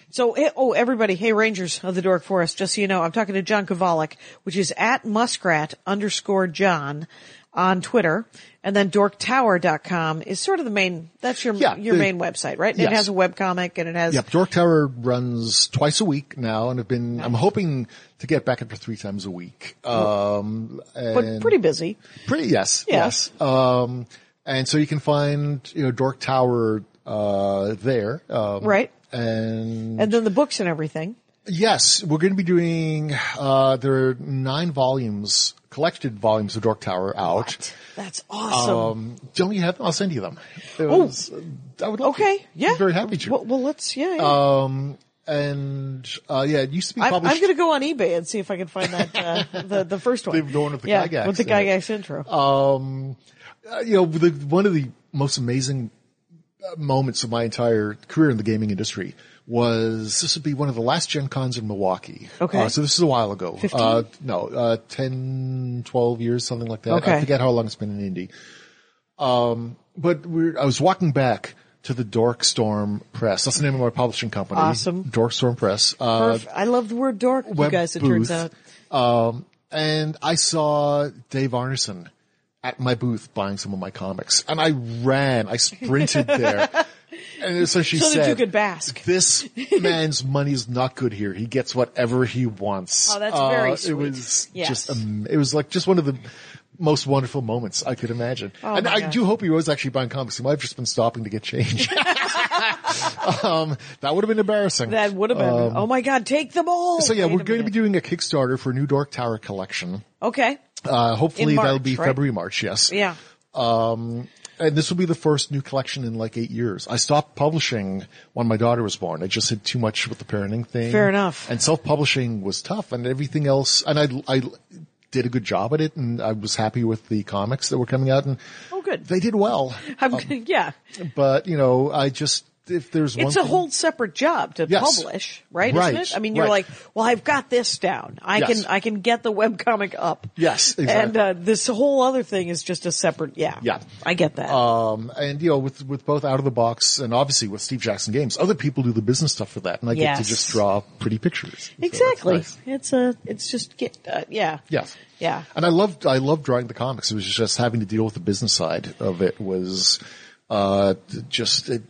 Speaker 3: so eh, oh everybody, hey Rangers of the Dork Forest, just so you know, I'm talking to John Kovalik, which is at muskrat underscore John on Twitter. And then dorktower.com is sort of the main that's your
Speaker 4: Yeah,
Speaker 3: your
Speaker 4: the-
Speaker 3: main website, right? It
Speaker 4: yes.
Speaker 3: has a webcomic and it has
Speaker 4: Yep, Dork Tower runs twice a week now, and I've been I'm hoping to get back up to three times a week. Um,
Speaker 3: but
Speaker 4: and-
Speaker 3: pretty busy.
Speaker 4: pretty yes,
Speaker 3: Yeah.
Speaker 4: yes. Um, and so you can find you know Dork Tower uh there, um,
Speaker 3: Right.
Speaker 4: And
Speaker 3: And then the books and everything.
Speaker 4: Yes, we're going to be doing. Uh, there are nine volumes, collected volumes of Dork Tower out.
Speaker 3: That's awesome.
Speaker 4: Um, don't you have them? I'll send you them. It was- I would love to.
Speaker 3: Oh. okay. Yeah.
Speaker 4: I'm very happy to.
Speaker 3: Well, well let's yeah. yeah.
Speaker 4: and uh, yeah, it used to be
Speaker 3: I'm,
Speaker 4: published.
Speaker 3: I'm going to go on eBay and see if I can find that uh, the the first
Speaker 4: *laughs*
Speaker 3: one.
Speaker 4: The one with the
Speaker 3: yeah,
Speaker 4: Gygax
Speaker 3: with the
Speaker 4: in it.
Speaker 3: Gygax intro.
Speaker 4: uh, you know, the, one of the most amazing uh, moments of my entire career in the gaming industry was this would be one of the last Gen Cons in Milwaukee.
Speaker 3: Okay.
Speaker 4: Uh, so this is a while ago.
Speaker 3: 15?
Speaker 4: Uh, no, uh, 10, 12 years, something like that.
Speaker 3: Okay.
Speaker 4: I forget how long it's been in Indy. Um, but we're, I was walking back to the Dork Storm Press. That's the name of my publishing company.
Speaker 3: Awesome.
Speaker 4: Dork Storm Press. Uh,
Speaker 3: Perf- I love the word dork, you
Speaker 4: web
Speaker 3: guys, it
Speaker 4: booth.
Speaker 3: turns out.
Speaker 4: and I saw Dave Arneson at my booth buying some of my comics, and I ran, I
Speaker 3: *laughs*
Speaker 4: sprinted there, and so she
Speaker 3: So
Speaker 4: said,
Speaker 3: that you could bask.
Speaker 4: "This man's money's not good here. He gets whatever he wants." Uh,
Speaker 3: Oh, that's very sweet.
Speaker 4: It was
Speaker 3: Yes.
Speaker 4: just, am- it was like just one of the most wonderful moments I could imagine,
Speaker 3: Oh,
Speaker 4: and
Speaker 3: my
Speaker 4: I
Speaker 3: gosh.
Speaker 4: do hope he was actually buying comics. He might have just been stopping to get
Speaker 3: *laughs*
Speaker 4: change. *laughs* um, that would have been embarrassing.
Speaker 3: That would have been. oh my God, take them all.
Speaker 4: Um, so yeah,
Speaker 3: Wait
Speaker 4: we're
Speaker 3: a
Speaker 4: going to be
Speaker 3: minute.
Speaker 4: doing a Kickstarter for New Dork Tower collection.
Speaker 3: Okay.
Speaker 4: Uh, hopefully
Speaker 3: In March,
Speaker 4: that'll be
Speaker 3: right?
Speaker 4: February, March, yes.
Speaker 3: Yeah.
Speaker 4: And this will be the first new collection in like eight years. I stopped publishing when my daughter was born. I just had too much with the parenting thing.
Speaker 3: Fair enough.
Speaker 4: And self-publishing was tough and everything else. And I, I did a good job at it and I was happy with the comics that were coming out and
Speaker 3: Oh, good.
Speaker 4: they um,
Speaker 3: *laughs*
Speaker 4: did well.
Speaker 3: I'm, yeah.
Speaker 4: But you know, I just, if there's one
Speaker 3: It's a
Speaker 4: thing-
Speaker 3: whole separate job to
Speaker 4: Yes.
Speaker 3: publish, right?
Speaker 4: Right,
Speaker 3: Isn't it? I mean, you're
Speaker 4: right.
Speaker 3: like, well, I've got this down. I
Speaker 4: Yes.
Speaker 3: can, I can get the webcomic up.
Speaker 4: Yes,
Speaker 3: And,
Speaker 4: exactly.
Speaker 3: uh, this whole other thing is just a separate, yeah.
Speaker 4: Yeah.
Speaker 3: I get that.
Speaker 4: Um, and you know, with, with both out of the box and obviously with Steve Jackson games, other people do the business stuff for that and I get
Speaker 3: Yes.
Speaker 4: to just draw pretty pictures. So that's
Speaker 3: exactly.
Speaker 4: nice.
Speaker 3: It's a, it's just get, uh, yeah.
Speaker 4: Yes.
Speaker 3: Yeah.
Speaker 4: And I loved, I loved drawing the comics. It was just having to deal with the business side of it was, uh, just, it,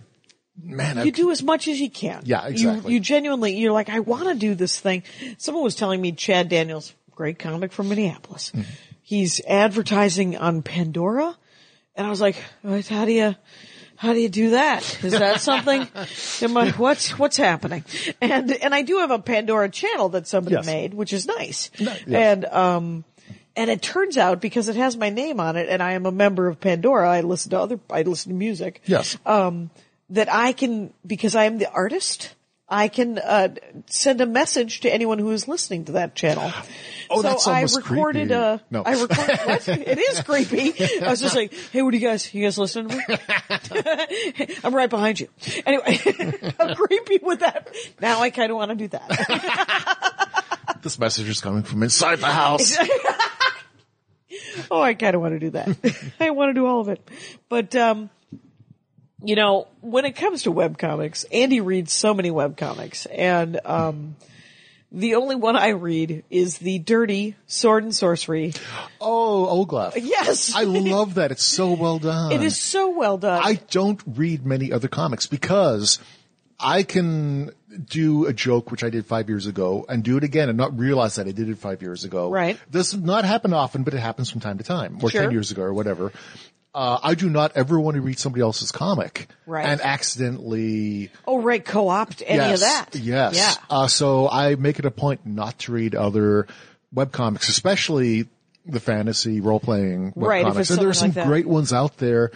Speaker 4: man, I,
Speaker 3: you do as much as you can.
Speaker 4: Yeah, exactly.
Speaker 3: You, you genuinely, you're like, I want to do this thing. Someone was telling me Chad Daniels, great comic from Minneapolis.
Speaker 4: Mm-hmm.
Speaker 3: He's advertising on Pandora. And I was like, "What- how do you, how do you do that? Is that
Speaker 4: *laughs*
Speaker 3: something? Am I, what's, what's happening? And, and I do have a Pandora channel that somebody
Speaker 4: Yes.
Speaker 3: made, which is nice.
Speaker 4: yes.
Speaker 3: And, um, and it turns out because it has my name on it and I am a member of Pandora, I listen to other, I listen to music uh,
Speaker 4: yes.
Speaker 3: that I can, because I am the artist, I can uh, send a message to anyone who is listening to that channel.
Speaker 4: Oh,
Speaker 3: so
Speaker 4: that's
Speaker 3: I
Speaker 4: almost
Speaker 3: recorded
Speaker 4: creepy.
Speaker 3: a.
Speaker 4: No.
Speaker 3: I recorded.
Speaker 4: *laughs*
Speaker 3: what? It is creepy. I was just like, "Hey, what do you guys? You guys listening to
Speaker 4: *laughs*
Speaker 3: me? *laughs* I'm right behind you." Anyway, *laughs* I'm creepy with that. Now I kind of want to do that.
Speaker 4: this message is coming from inside
Speaker 3: *laughs*
Speaker 4: the house.
Speaker 3: oh, I kind of want to do
Speaker 4: *laughs*
Speaker 3: that. I want to do all of it. But, um, you know, when it comes to webcomics, Andy reads so many webcomics and, um, the only one I read is the dirty sword and sorcery.
Speaker 4: oh, Olglaf.
Speaker 3: Yes.
Speaker 4: I love that. It's so well done.
Speaker 3: It is so well done.
Speaker 4: I don't read many other comics because I can do a joke which I did five years ago and do it again and not realize that I did it five years ago.
Speaker 3: Right.
Speaker 4: This does not happen often, but it happens from time to time, or
Speaker 3: Sure.
Speaker 4: ten years ago, or whatever. Uh, I do not ever want to read somebody else's comic
Speaker 3: Right.
Speaker 4: and accidentally
Speaker 3: oh, right. Co-opt any
Speaker 4: yes,
Speaker 3: of that.
Speaker 4: Yes.
Speaker 3: Yeah.
Speaker 4: Uh, so I make it a point not to read other webcomics, especially the fantasy role playing webcomics.
Speaker 3: Right, if it's
Speaker 4: and there are some
Speaker 3: something like that.
Speaker 4: great ones out there.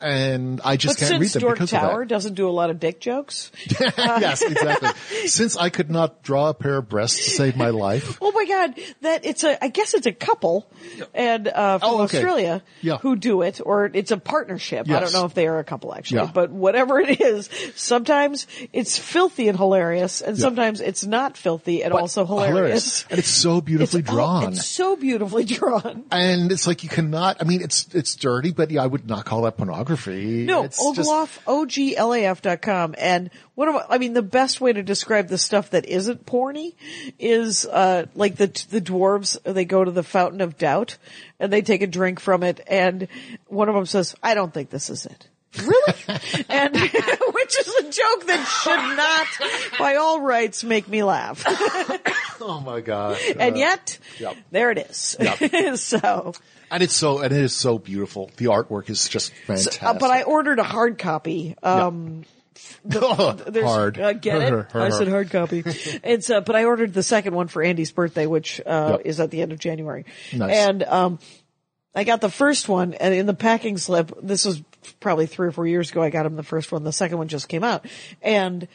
Speaker 4: And I just
Speaker 3: But
Speaker 4: can't read
Speaker 3: since
Speaker 4: them
Speaker 3: Dork
Speaker 4: because
Speaker 3: Tower
Speaker 4: of
Speaker 3: doesn't do a lot of dick jokes.
Speaker 4: that. *laughs* yes, exactly. Since I could not draw a pair of breasts to save my life,
Speaker 3: Oh my God! That it's a. I guess it's a couple, and uh, from
Speaker 4: Oh, okay.
Speaker 3: Australia
Speaker 4: Yeah.
Speaker 3: who do it, or it's a partnership. I
Speaker 4: Yes.
Speaker 3: don't know if they are a couple actually,
Speaker 4: Yeah.
Speaker 3: but whatever it is, sometimes it's filthy and hilarious, and sometimes it's not filthy and
Speaker 4: but
Speaker 3: *laughs* also hilarious.
Speaker 4: and it's so beautifully
Speaker 3: It's- oh,
Speaker 4: drawn.
Speaker 3: it's so beautifully *laughs* drawn.
Speaker 4: and it's like you cannot. I mean, it's it's dirty, but yeah, I would not call that pornography.
Speaker 3: No,
Speaker 4: it's just-
Speaker 3: Oglaf, O-G-L-A-F dot com. And one of, I mean, the best way to describe the stuff that isn't porny is, uh, like the, the dwarves, they go to the fountain of doubt and they take a drink from it. And one of them says, I don't think this is it. Really?
Speaker 4: *laughs*
Speaker 3: and *laughs* which is a joke that should not, by all rights, make me laugh.
Speaker 4: oh my god!
Speaker 3: and
Speaker 4: Uh,
Speaker 3: yet,
Speaker 4: yep.
Speaker 3: there it is. *laughs*
Speaker 4: Yep.
Speaker 3: so.
Speaker 4: And it's so, and it is so beautiful. The artwork is just fantastic.
Speaker 3: Uh, but I ordered a hard copy. Um,
Speaker 4: *laughs*
Speaker 3: the- there's,
Speaker 4: Oh, Hard.
Speaker 3: Uh, get
Speaker 4: *laughs* Her,
Speaker 3: it?
Speaker 4: her,
Speaker 3: I said
Speaker 4: her.
Speaker 3: hard copy. it's uh, but I ordered the second one for Andy's birthday, which uh,
Speaker 4: Yep.
Speaker 3: is at the end of January.
Speaker 4: Nice.
Speaker 3: And um, I got the first one, and in the packing slip, this was probably three or four years ago. I got him the first one. The second one just came out, and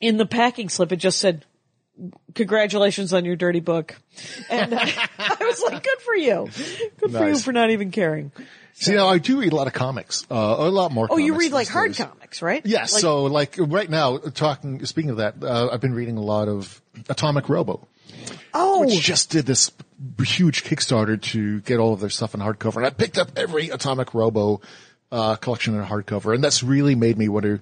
Speaker 3: in the packing slip, it just said. Congratulations on your dirty book. And *laughs* I, I was like, good for you. Good for you
Speaker 4: Nice.
Speaker 3: for not even caring.
Speaker 4: See, now I do read a lot of comics, uh, a lot more.
Speaker 3: Oh, you read like hard
Speaker 4: hard comics.
Speaker 3: comics, right?
Speaker 4: Yeah,
Speaker 3: Like-
Speaker 4: so like right now, talking, speaking of that, uh, I've been reading a lot of Atomic Robo,
Speaker 3: oh,
Speaker 4: which just did this huge Kickstarter to get all of their stuff in hardcover. And I picked up every Atomic Robo, uh, collection in hardcover. And that's really made me want to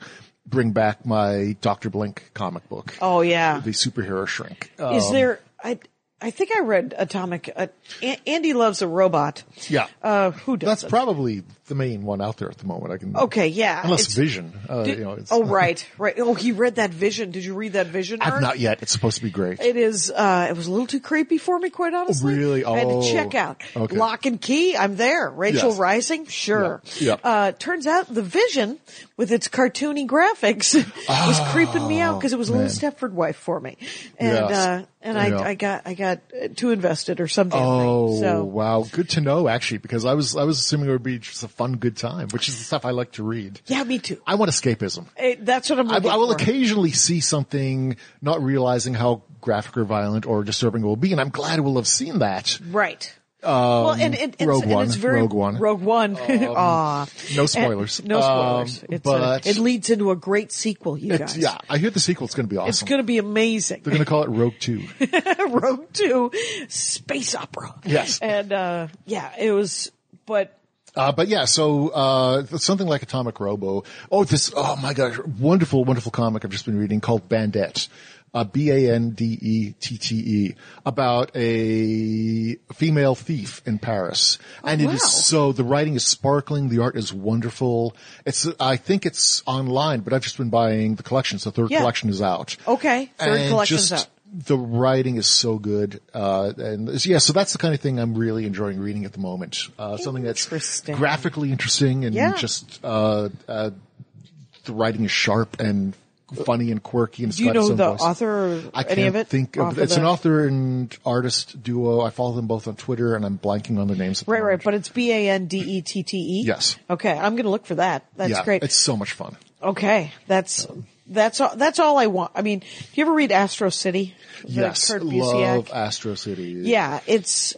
Speaker 4: bring back my Dr. Blink comic book,
Speaker 3: oh yeah.
Speaker 4: the superhero shrink. Uh,
Speaker 3: Is there? I I think I read Atomic. Uh, A- Andy loves a robot.
Speaker 4: Yeah.
Speaker 3: Uh, who does?
Speaker 4: That's probably the main one out there at the moment. I can
Speaker 3: Okay, yeah.
Speaker 4: Unless
Speaker 3: It's-
Speaker 4: Vision, uh, you know, it's, *laughs*
Speaker 3: oh, right, right. Oh, he read that vision. Did you read that vision?
Speaker 4: I've
Speaker 3: Art?
Speaker 4: not yet. It's supposed to be great.
Speaker 3: It is. Uh, it was a little too creepy for me, quite honestly.
Speaker 4: really?
Speaker 3: I had
Speaker 4: Oh.
Speaker 3: to check out.
Speaker 4: Okay.
Speaker 3: Lock and Key. I'm there. Rachel
Speaker 4: Yes.
Speaker 3: Rising. Sure.
Speaker 4: Yeah. Yeah.
Speaker 3: Uh, turns out the Vision, with its cartoony graphics, *laughs* was creeping me out because it was a little
Speaker 4: Oh, man.
Speaker 3: Stepford wife for me, and
Speaker 4: Yes.
Speaker 3: uh, and I,
Speaker 4: Yeah.
Speaker 3: I got I got uh, too invested or something.
Speaker 4: Oh
Speaker 3: so
Speaker 4: wow, good to know actually, because I was I was assuming it would be just a fun, good time, which is the stuff I like to read.
Speaker 3: yeah, me too.
Speaker 4: I want escapism.
Speaker 3: Eh, that's what I'm.
Speaker 4: I,
Speaker 3: Looking
Speaker 4: I will
Speaker 3: for.
Speaker 4: occasionally see something, not realizing how graphic or violent or disturbing it will be, and I'm glad we'll have seen that.
Speaker 3: Right. well, and, and, and,
Speaker 4: Um, Rogue
Speaker 3: it's, and
Speaker 4: One,
Speaker 3: it's very
Speaker 4: Rogue One.
Speaker 3: Rogue One. *laughs* Aw.
Speaker 4: No
Speaker 3: And-
Speaker 4: spoilers.
Speaker 3: no spoilers.
Speaker 4: Um,
Speaker 3: it's
Speaker 4: but
Speaker 3: a, it leads into a great sequel, you
Speaker 4: it's-
Speaker 3: guys.
Speaker 4: yeah, I hear the sequel's going to be awesome.
Speaker 3: It's going to be amazing.
Speaker 4: They're going to call it Rogue Two.
Speaker 3: *laughs* Rogue Two, space opera.
Speaker 4: Yes.
Speaker 3: And uh, yeah, it was. But
Speaker 4: Uh, but yeah, so uh, something like Atomic Robo. Oh, this! Oh my gosh, wonderful, wonderful comic I've just been reading called Bandette, uh, E B-A-N-D-E-T-T-E, about a female thief in Paris, and it
Speaker 3: Oh, wow.
Speaker 4: is so the writing is sparkling, the art is wonderful. It's I think it's online, but I've just been buying the collections. The third
Speaker 3: Yeah.
Speaker 4: collection is out.
Speaker 3: okay, third
Speaker 4: And
Speaker 3: collection's
Speaker 4: just-
Speaker 3: out.
Speaker 4: The writing is so good, uh, and yeah, so that's the kind of thing I'm really enjoying reading at the moment. Uh, something that's
Speaker 3: Interesting.
Speaker 4: graphically interesting and
Speaker 3: Yeah.
Speaker 4: just uh, uh, the writing is sharp and funny and quirky. And it's
Speaker 3: Do you
Speaker 4: got its
Speaker 3: know
Speaker 4: own
Speaker 3: the
Speaker 4: voice.
Speaker 3: author or
Speaker 4: I
Speaker 3: any
Speaker 4: can't
Speaker 3: of it?
Speaker 4: think of,
Speaker 3: Off
Speaker 4: it's
Speaker 3: the-
Speaker 4: an author and artist duo. I follow them both on Twitter, and I'm blanking on their names. At the
Speaker 3: Right, right,
Speaker 4: moment.
Speaker 3: but it's B A N D E T T E.
Speaker 4: Yes.
Speaker 3: Okay, I'm going to look for that. That's
Speaker 4: yeah,
Speaker 3: great.
Speaker 4: It's so much fun.
Speaker 3: Okay, that's that's all. That's all I want. I mean, do you ever read Astro City? The
Speaker 4: yes,
Speaker 3: Kurt Busiek?
Speaker 4: love Astro City.
Speaker 3: Yeah, it's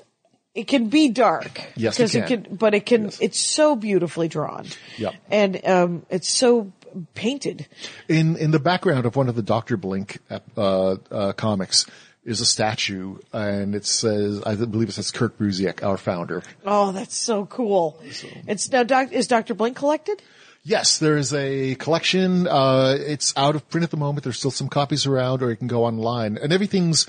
Speaker 3: it can be dark.
Speaker 4: Yes, it
Speaker 3: 'Cause
Speaker 4: can.
Speaker 3: but it can. It's so beautifully drawn.
Speaker 4: Yep.
Speaker 3: and um, it's so painted.
Speaker 4: In in the background of one of the Doctor Blink uh, uh, comics is a statue, and it says, I believe it says Kurt Busiek, our founder.
Speaker 3: Oh, that's so cool. It's now. Doc, is Doctor Blink collected?
Speaker 4: Yes, there is a collection. Uh, it's out of print at the moment. There's still some copies around, or you can go online, and everything's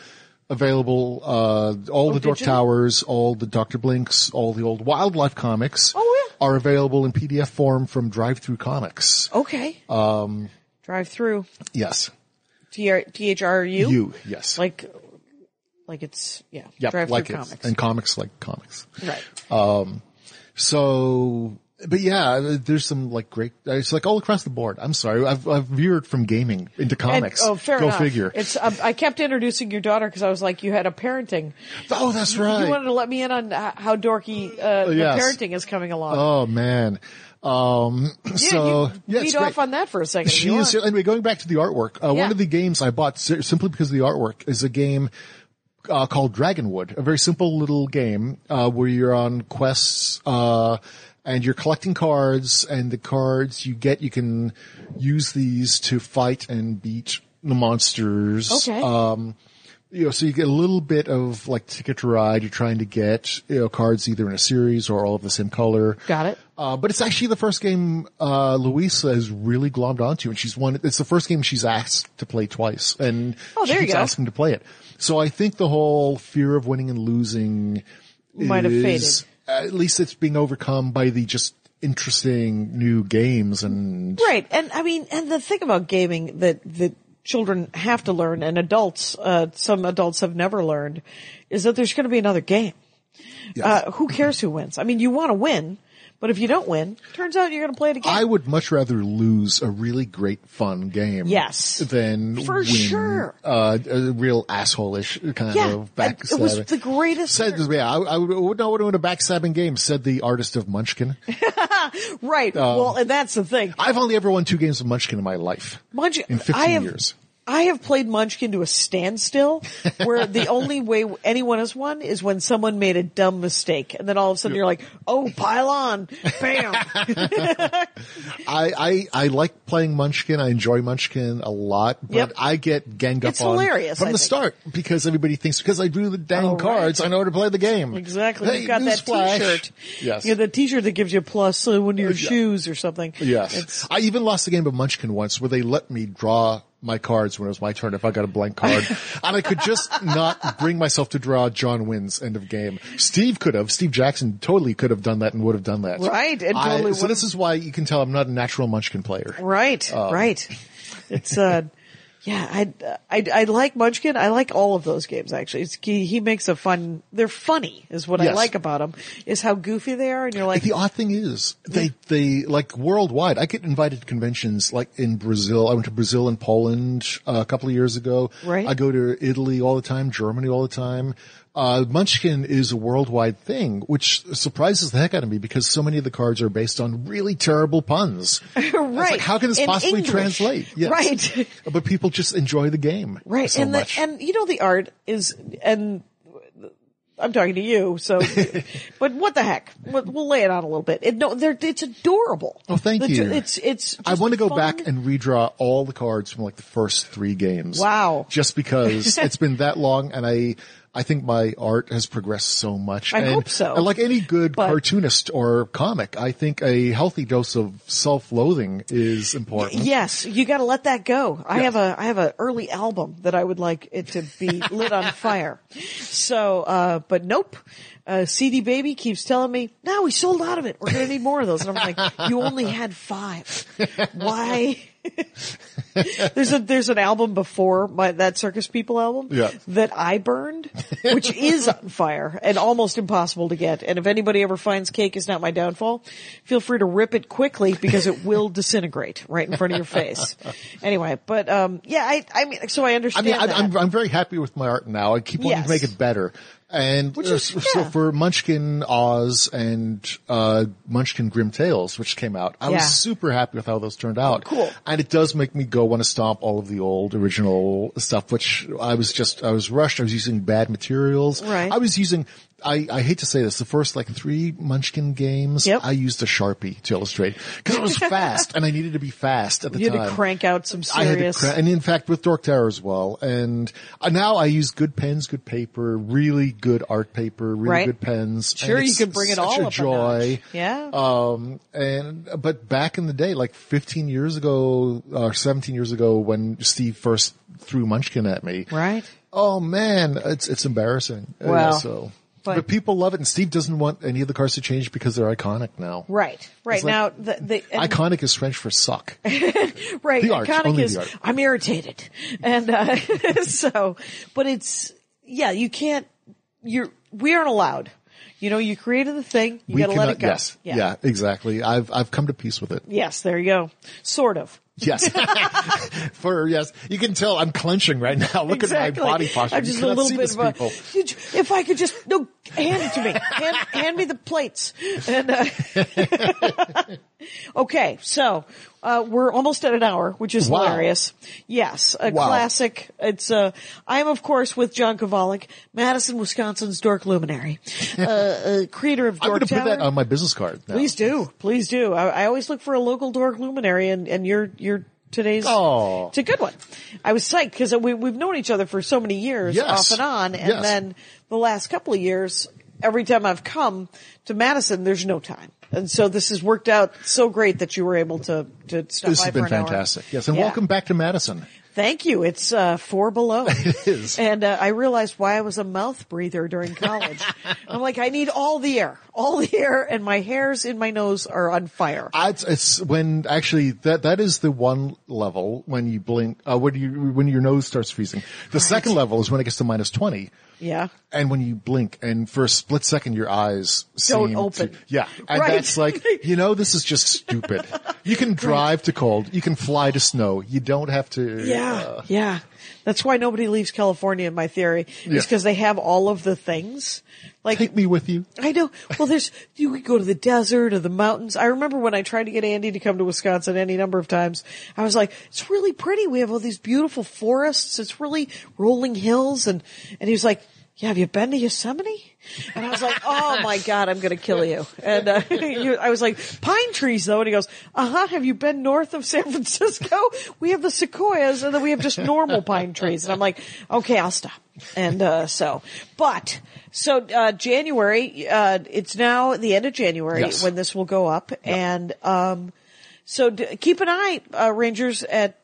Speaker 4: available. Uh, all
Speaker 3: Oh,
Speaker 4: the Dork
Speaker 3: digital?
Speaker 4: Towers, all the Doctor Blinks, all the old Wildlife comics
Speaker 3: Oh, yeah.
Speaker 4: are available in PDF form from Drive Through Comics.
Speaker 3: Okay. Um, drive through.
Speaker 4: Yes,
Speaker 3: T H R U.
Speaker 4: you. Yes,
Speaker 3: like, like it's yeah.
Speaker 4: Yep,
Speaker 3: drive
Speaker 4: like
Speaker 3: through
Speaker 4: it.
Speaker 3: comics.
Speaker 4: and comics like comics.
Speaker 3: right.
Speaker 4: So, but yeah, there's some like great. It's like all across the board. I'm sorry, I've I've veered from gaming into
Speaker 3: And-
Speaker 4: comics.
Speaker 3: oh, fair
Speaker 4: Go
Speaker 3: enough.
Speaker 4: figure.
Speaker 3: It's um, I kept introducing your daughter because I was like, you had a parenting.
Speaker 4: oh, that's right.
Speaker 3: You wanted to let me in on h- how dorky uh, the
Speaker 4: yes.
Speaker 3: parenting is coming along.
Speaker 4: Oh man. Um, so
Speaker 3: you
Speaker 4: yeah, it's
Speaker 3: lead
Speaker 4: great.
Speaker 3: off on that for a second. if
Speaker 4: She
Speaker 3: you
Speaker 4: is
Speaker 3: want.
Speaker 4: anyway. Going back to the artwork, uh,
Speaker 3: Yeah.
Speaker 4: one of the games I bought si- simply because of the artwork is a game uh, called Dragonwood, a very simple little game uh, where you're on quests uh, and you're collecting cards, and the cards you get, you can use these to fight and beat the monsters.
Speaker 3: Okay.
Speaker 4: Um, you know, so you get a little bit of like ticket to ride. You're trying to get you know cards either in a series or all of the same color.
Speaker 3: Got it.
Speaker 4: Uh, but it's actually the first game uh, Luisa has really glommed onto, and she's won. It's the first game she's asked to play twice, and
Speaker 3: Oh, there
Speaker 4: she
Speaker 3: you
Speaker 4: keeps
Speaker 3: go.
Speaker 4: asking to play it. So I think the whole fear of winning and losing
Speaker 3: Might have
Speaker 4: is- At least it's being overcome by the just interesting new games and
Speaker 3: Right. And I mean, and the thing about gaming that, that children have to learn and adults, uh, some adults have never learned is that there's going to be another game. Uh, who cares who wins? I mean, you want to win, but if you don't win, turns out you're going to play it again.
Speaker 4: I would much rather lose a really great fun game,
Speaker 3: Yes.
Speaker 4: than
Speaker 3: For
Speaker 4: win,
Speaker 3: sure.
Speaker 4: uh, a real assholeish kind
Speaker 3: Yeah,
Speaker 4: of
Speaker 3: and
Speaker 4: backstabbing.
Speaker 3: it was the greatest-
Speaker 4: Said, yeah, I, I would not want to win a backstabbing game. Said the artist
Speaker 3: *laughs*
Speaker 4: of Munchkin.
Speaker 3: right.
Speaker 4: Um,
Speaker 3: well, and that's the thing.
Speaker 4: I've only ever won two games of Munchkin in my life.
Speaker 3: Munchkin
Speaker 4: in 15
Speaker 3: I have,
Speaker 4: years.
Speaker 3: I have played Munchkin to a
Speaker 4: *laughs*
Speaker 3: standstill where the only way anyone has won is when someone made a dumb mistake. And then all of a sudden you're like, oh, pile on.
Speaker 4: *laughs*
Speaker 3: Bam.
Speaker 4: I, I, I like playing Munchkin. I enjoy Munchkin a lot, but
Speaker 3: Yep.
Speaker 4: I get ganged
Speaker 3: It's
Speaker 4: up on
Speaker 3: hilarious,
Speaker 4: from
Speaker 3: I
Speaker 4: the
Speaker 3: think.
Speaker 4: start because everybody thinks because I drew the dang
Speaker 3: Oh, right.
Speaker 4: cards, I know how to play the game.
Speaker 3: exactly.
Speaker 4: Hey,
Speaker 3: You've got that
Speaker 4: newsflash.
Speaker 3: t-shirt.
Speaker 4: Yes.
Speaker 3: You know, the t-shirt that gives you a plus uh, one of your
Speaker 4: yeah.
Speaker 3: shoes or something.
Speaker 4: Yes.
Speaker 3: It's-
Speaker 4: I even lost a game of Munchkin once where they let me draw my cards when it was my turn if I got a
Speaker 3: *laughs*
Speaker 4: blank card. and I could just not bring myself to draw John wins end of game. Steve could have. Steve Jackson totally could have done that and would have done that.
Speaker 3: Right, and
Speaker 4: I-
Speaker 3: totally
Speaker 4: so
Speaker 3: would-
Speaker 4: this is why you can tell I'm not a natural munchkin player.
Speaker 3: Right,
Speaker 4: Um,
Speaker 3: right. It's
Speaker 4: *laughs*
Speaker 3: uh yeah, I, I I like Munchkin. I like all of those games actually. It's, he, he makes a fun. They're funny, is what I
Speaker 4: Yes.
Speaker 3: like about them. Is how goofy they are, and you're like, *laughs*
Speaker 4: The odd thing is they, they like worldwide, I get invited to conventions like in Brazil. I went to Brazil and Poland uh, a couple of years ago.
Speaker 3: Right.
Speaker 4: I go to Italy all the time, Germany all the time. Uh, Munchkin is a worldwide thing, which surprises the heck out of me because so many of the cards are based on really
Speaker 3: *laughs*
Speaker 4: terrible puns. It's
Speaker 3: right?
Speaker 4: like, how can this
Speaker 3: in
Speaker 4: possibly
Speaker 3: English.
Speaker 4: translate? Yes.
Speaker 3: Right, *laughs*
Speaker 4: But people just enjoy the game.
Speaker 3: right.
Speaker 4: So
Speaker 3: and
Speaker 4: much.
Speaker 3: the and you know the art is and. I'm talking to you,
Speaker 4: *laughs*
Speaker 3: so, but what the heck? We'll, we'll lay it on a little bit. It, no, they're, it's adorable.
Speaker 4: Oh, thank
Speaker 3: The-
Speaker 4: you.
Speaker 3: It's, it's.
Speaker 4: I want to go
Speaker 3: just fun.
Speaker 4: back and redraw all the cards from like the first three games.
Speaker 3: Wow. *laughs*
Speaker 4: Just because it's been that long and I, I think my art has progressed so much.
Speaker 3: I
Speaker 4: and,
Speaker 3: hope so.
Speaker 4: And like any good
Speaker 3: But-
Speaker 4: cartoonist or comic, I think a healthy dose of self-loathing is important.
Speaker 3: Yes, you got to let that go. I have a I have a early album that I would like it to be lit on fire. So, uh, but nope. Uh, CD Baby keeps telling me, "No, we sold out of it. We're going to need more of those." And I'm like, "You only had five. Why?" there's a there's an album before my that Circus People album
Speaker 4: Yeah.
Speaker 3: that I burned,
Speaker 4: *laughs*
Speaker 3: which is on fire and almost impossible to get. And if anybody ever finds cake is not my downfall, feel free to rip it quickly because it
Speaker 4: *laughs*
Speaker 3: will disintegrate right in front of your face. Anyway, but um, yeah, I I mean, so I
Speaker 4: I
Speaker 3: understand.
Speaker 4: mean, I'm,
Speaker 3: that.
Speaker 4: I'm, I'm very happy with my art now. I keep wanting
Speaker 3: Yes.
Speaker 4: to make it better. And
Speaker 3: Which
Speaker 4: uh,
Speaker 3: is-
Speaker 4: so- so
Speaker 3: yeah.
Speaker 4: for Munchkin Oz and, uh, Munchkin Grim Tales, which came out, I
Speaker 3: Yeah.
Speaker 4: was super happy with how those turned out.
Speaker 3: Cool.
Speaker 4: And it does make me go want to stomp all of the old original stuff, which I was just, I was rushed. I was using bad materials.
Speaker 3: Right.
Speaker 4: I was using, I, I hate to say this, the first like three Munchkin games,
Speaker 3: Yep.
Speaker 4: I used a Sharpie to illustrate because
Speaker 3: *laughs*
Speaker 4: it was fast and I needed to be fast at the
Speaker 3: you
Speaker 4: time.
Speaker 3: had to crank out some
Speaker 4: I had to
Speaker 3: serious.
Speaker 4: cra- and in fact with Dork Tower as well. And uh, now I use good pens, good paper, really good art paper, really
Speaker 3: Right.
Speaker 4: good pens.
Speaker 3: Sure,
Speaker 4: and
Speaker 3: you
Speaker 4: it's
Speaker 3: could bring it
Speaker 4: such
Speaker 3: all
Speaker 4: a
Speaker 3: up a
Speaker 4: joy.
Speaker 3: notch. Yeah.
Speaker 4: Um, and but back in the day, like 15 years ago or 17 years ago, when Steve first threw Munchkin at me,
Speaker 3: Right.
Speaker 4: Oh man, it's it's embarrassing. Uh,
Speaker 3: Well,
Speaker 4: so.
Speaker 3: but-
Speaker 4: But, people love it, and Steve doesn't want any of the cars to change because they're iconic now.
Speaker 3: Right, right
Speaker 4: It's like-
Speaker 3: now the, the and-
Speaker 4: Iconic is French for
Speaker 3: *laughs*
Speaker 4: suck.
Speaker 3: right.
Speaker 4: The art,
Speaker 3: Iconic
Speaker 4: only
Speaker 3: is
Speaker 4: the art.
Speaker 3: I'm irritated, and uh, *laughs* so, but it's yeah. You can't. You're we aren't allowed. You know, you created the thing. You got to let it go.
Speaker 4: Yes, yeah. exactly. I've I've come to peace with it.
Speaker 3: Yes. There you go. Sort of.
Speaker 4: Yes,
Speaker 3: *laughs*
Speaker 4: for yes, you can tell I'm clenching right now. Look
Speaker 3: exactly.
Speaker 4: at my body posture.
Speaker 3: I'm
Speaker 4: You
Speaker 3: just a
Speaker 4: cannot
Speaker 3: little
Speaker 4: see
Speaker 3: bit
Speaker 4: this,
Speaker 3: of a.
Speaker 4: people.
Speaker 3: You j- If I could just no, hand it to me. hand, hand me the plates. And uh, *laughs* okay, so uh, we're almost at an hour, which is
Speaker 4: Wow.
Speaker 3: hilarious. Yes, a
Speaker 4: Wow.
Speaker 3: classic. It's. Uh, I'm of course with John Kovalik, Madison, Wisconsin's dork
Speaker 4: *laughs*
Speaker 3: luminary, uh, uh, creator of
Speaker 4: I'm
Speaker 3: Dork
Speaker 4: going to put
Speaker 3: Tower.
Speaker 4: that on my business card. Now.
Speaker 3: Please do, please do. I, I always look for a local dork luminary, and and you're you're today's.
Speaker 4: Aw.
Speaker 3: it's a good one. I was psyched because we we've known each other for so many years,
Speaker 4: Yes.
Speaker 3: off and on, and
Speaker 4: Yes.
Speaker 3: then the last couple of years, every time I've come to Madison, there's no time, and so this has worked out so great that you were able to to stop
Speaker 4: This
Speaker 3: by
Speaker 4: has
Speaker 3: for
Speaker 4: been
Speaker 3: an
Speaker 4: fantastic.
Speaker 3: Hour.
Speaker 4: Yes, and
Speaker 3: Yeah.
Speaker 4: welcome back to Madison.
Speaker 3: Thank you. It's uh, four
Speaker 4: *laughs*
Speaker 3: below. It
Speaker 4: is.
Speaker 3: And uh, I realized why I was a mouth breather during
Speaker 4: *laughs*
Speaker 3: college. I'm like, I need all the air, all the air, and my hairs in my nose are on fire.
Speaker 4: I, it's- it's when actually that that is the one level when you blink uh, when you when your nose starts freezing. The second level is when it gets to minus twenty.
Speaker 3: yeah.
Speaker 4: and when you blink and for a split second your eyes
Speaker 3: Don't
Speaker 4: seem
Speaker 3: open.
Speaker 4: to- yeah and
Speaker 3: Right.
Speaker 4: that's
Speaker 3: *laughs*
Speaker 4: like you know this is just stupid you can drive to cold you can fly to snow you don't have to
Speaker 3: Yeah.
Speaker 4: uh,
Speaker 3: yeah. That's why nobody leaves California, in my theory,
Speaker 4: Yeah.
Speaker 3: is because they have all of the things. Like,
Speaker 4: take me with you
Speaker 3: I know. Well, there's, you could go to the desert or the mountains. I remember when I tried to get Andy to come to Wisconsin any number of times, I was like, it's really pretty. We have all these beautiful forests. It's really rolling hills. And, and he was like, yeah, have you been to Yosemite? And I was like, oh my God, I'm going to kill you. *laughs* And uh, you, I was like, pine trees though. And he goes, uh huh. Have you been north of San *laughs* Francisco? We have the sequoias and then we have just normal pine trees. And I'm like, okay, I'll stop. And, uh, so, but, so, uh, January, uh, it's now the end of January
Speaker 4: Yes.
Speaker 3: when this will go up. And, um, So d- keep an eye, uh, Rangers, at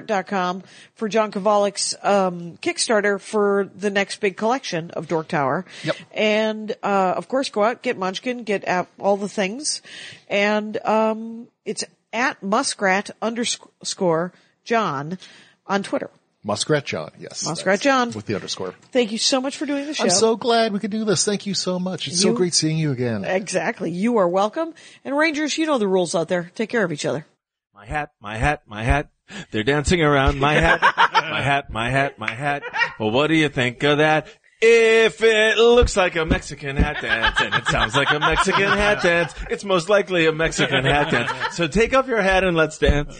Speaker 3: dorktower.com for John Kovalik's um, Kickstarter for the next big collection of Dork Tower.
Speaker 4: Yep.
Speaker 3: And, uh, of course, go out, get Munchkin, get out all the things. And um, it's at muskrat underscore John on Twitter.
Speaker 4: Muskrat John, yes.
Speaker 3: Muskrat
Speaker 4: that's-
Speaker 3: John.
Speaker 4: With the underscore.
Speaker 3: Thank you so much for doing the show.
Speaker 4: I'm so glad we could do this. Thank you so much. It's so
Speaker 3: You-
Speaker 4: great seeing you again.
Speaker 3: Exactly. You are welcome. And Rangers, you know the rules out there. Take care of each other.
Speaker 5: My hat, my hat, my hat. They're dancing around my hat, my hat, my hat, my hat. Well, what do you think of that? If it looks like a Mexican hat dance and it sounds like a Mexican hat dance, it's most likely a Mexican hat dance. So take off your hat and let's dance.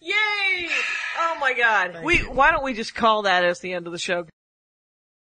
Speaker 3: Yay! Oh my God. we why don't we just call that as the end of the show?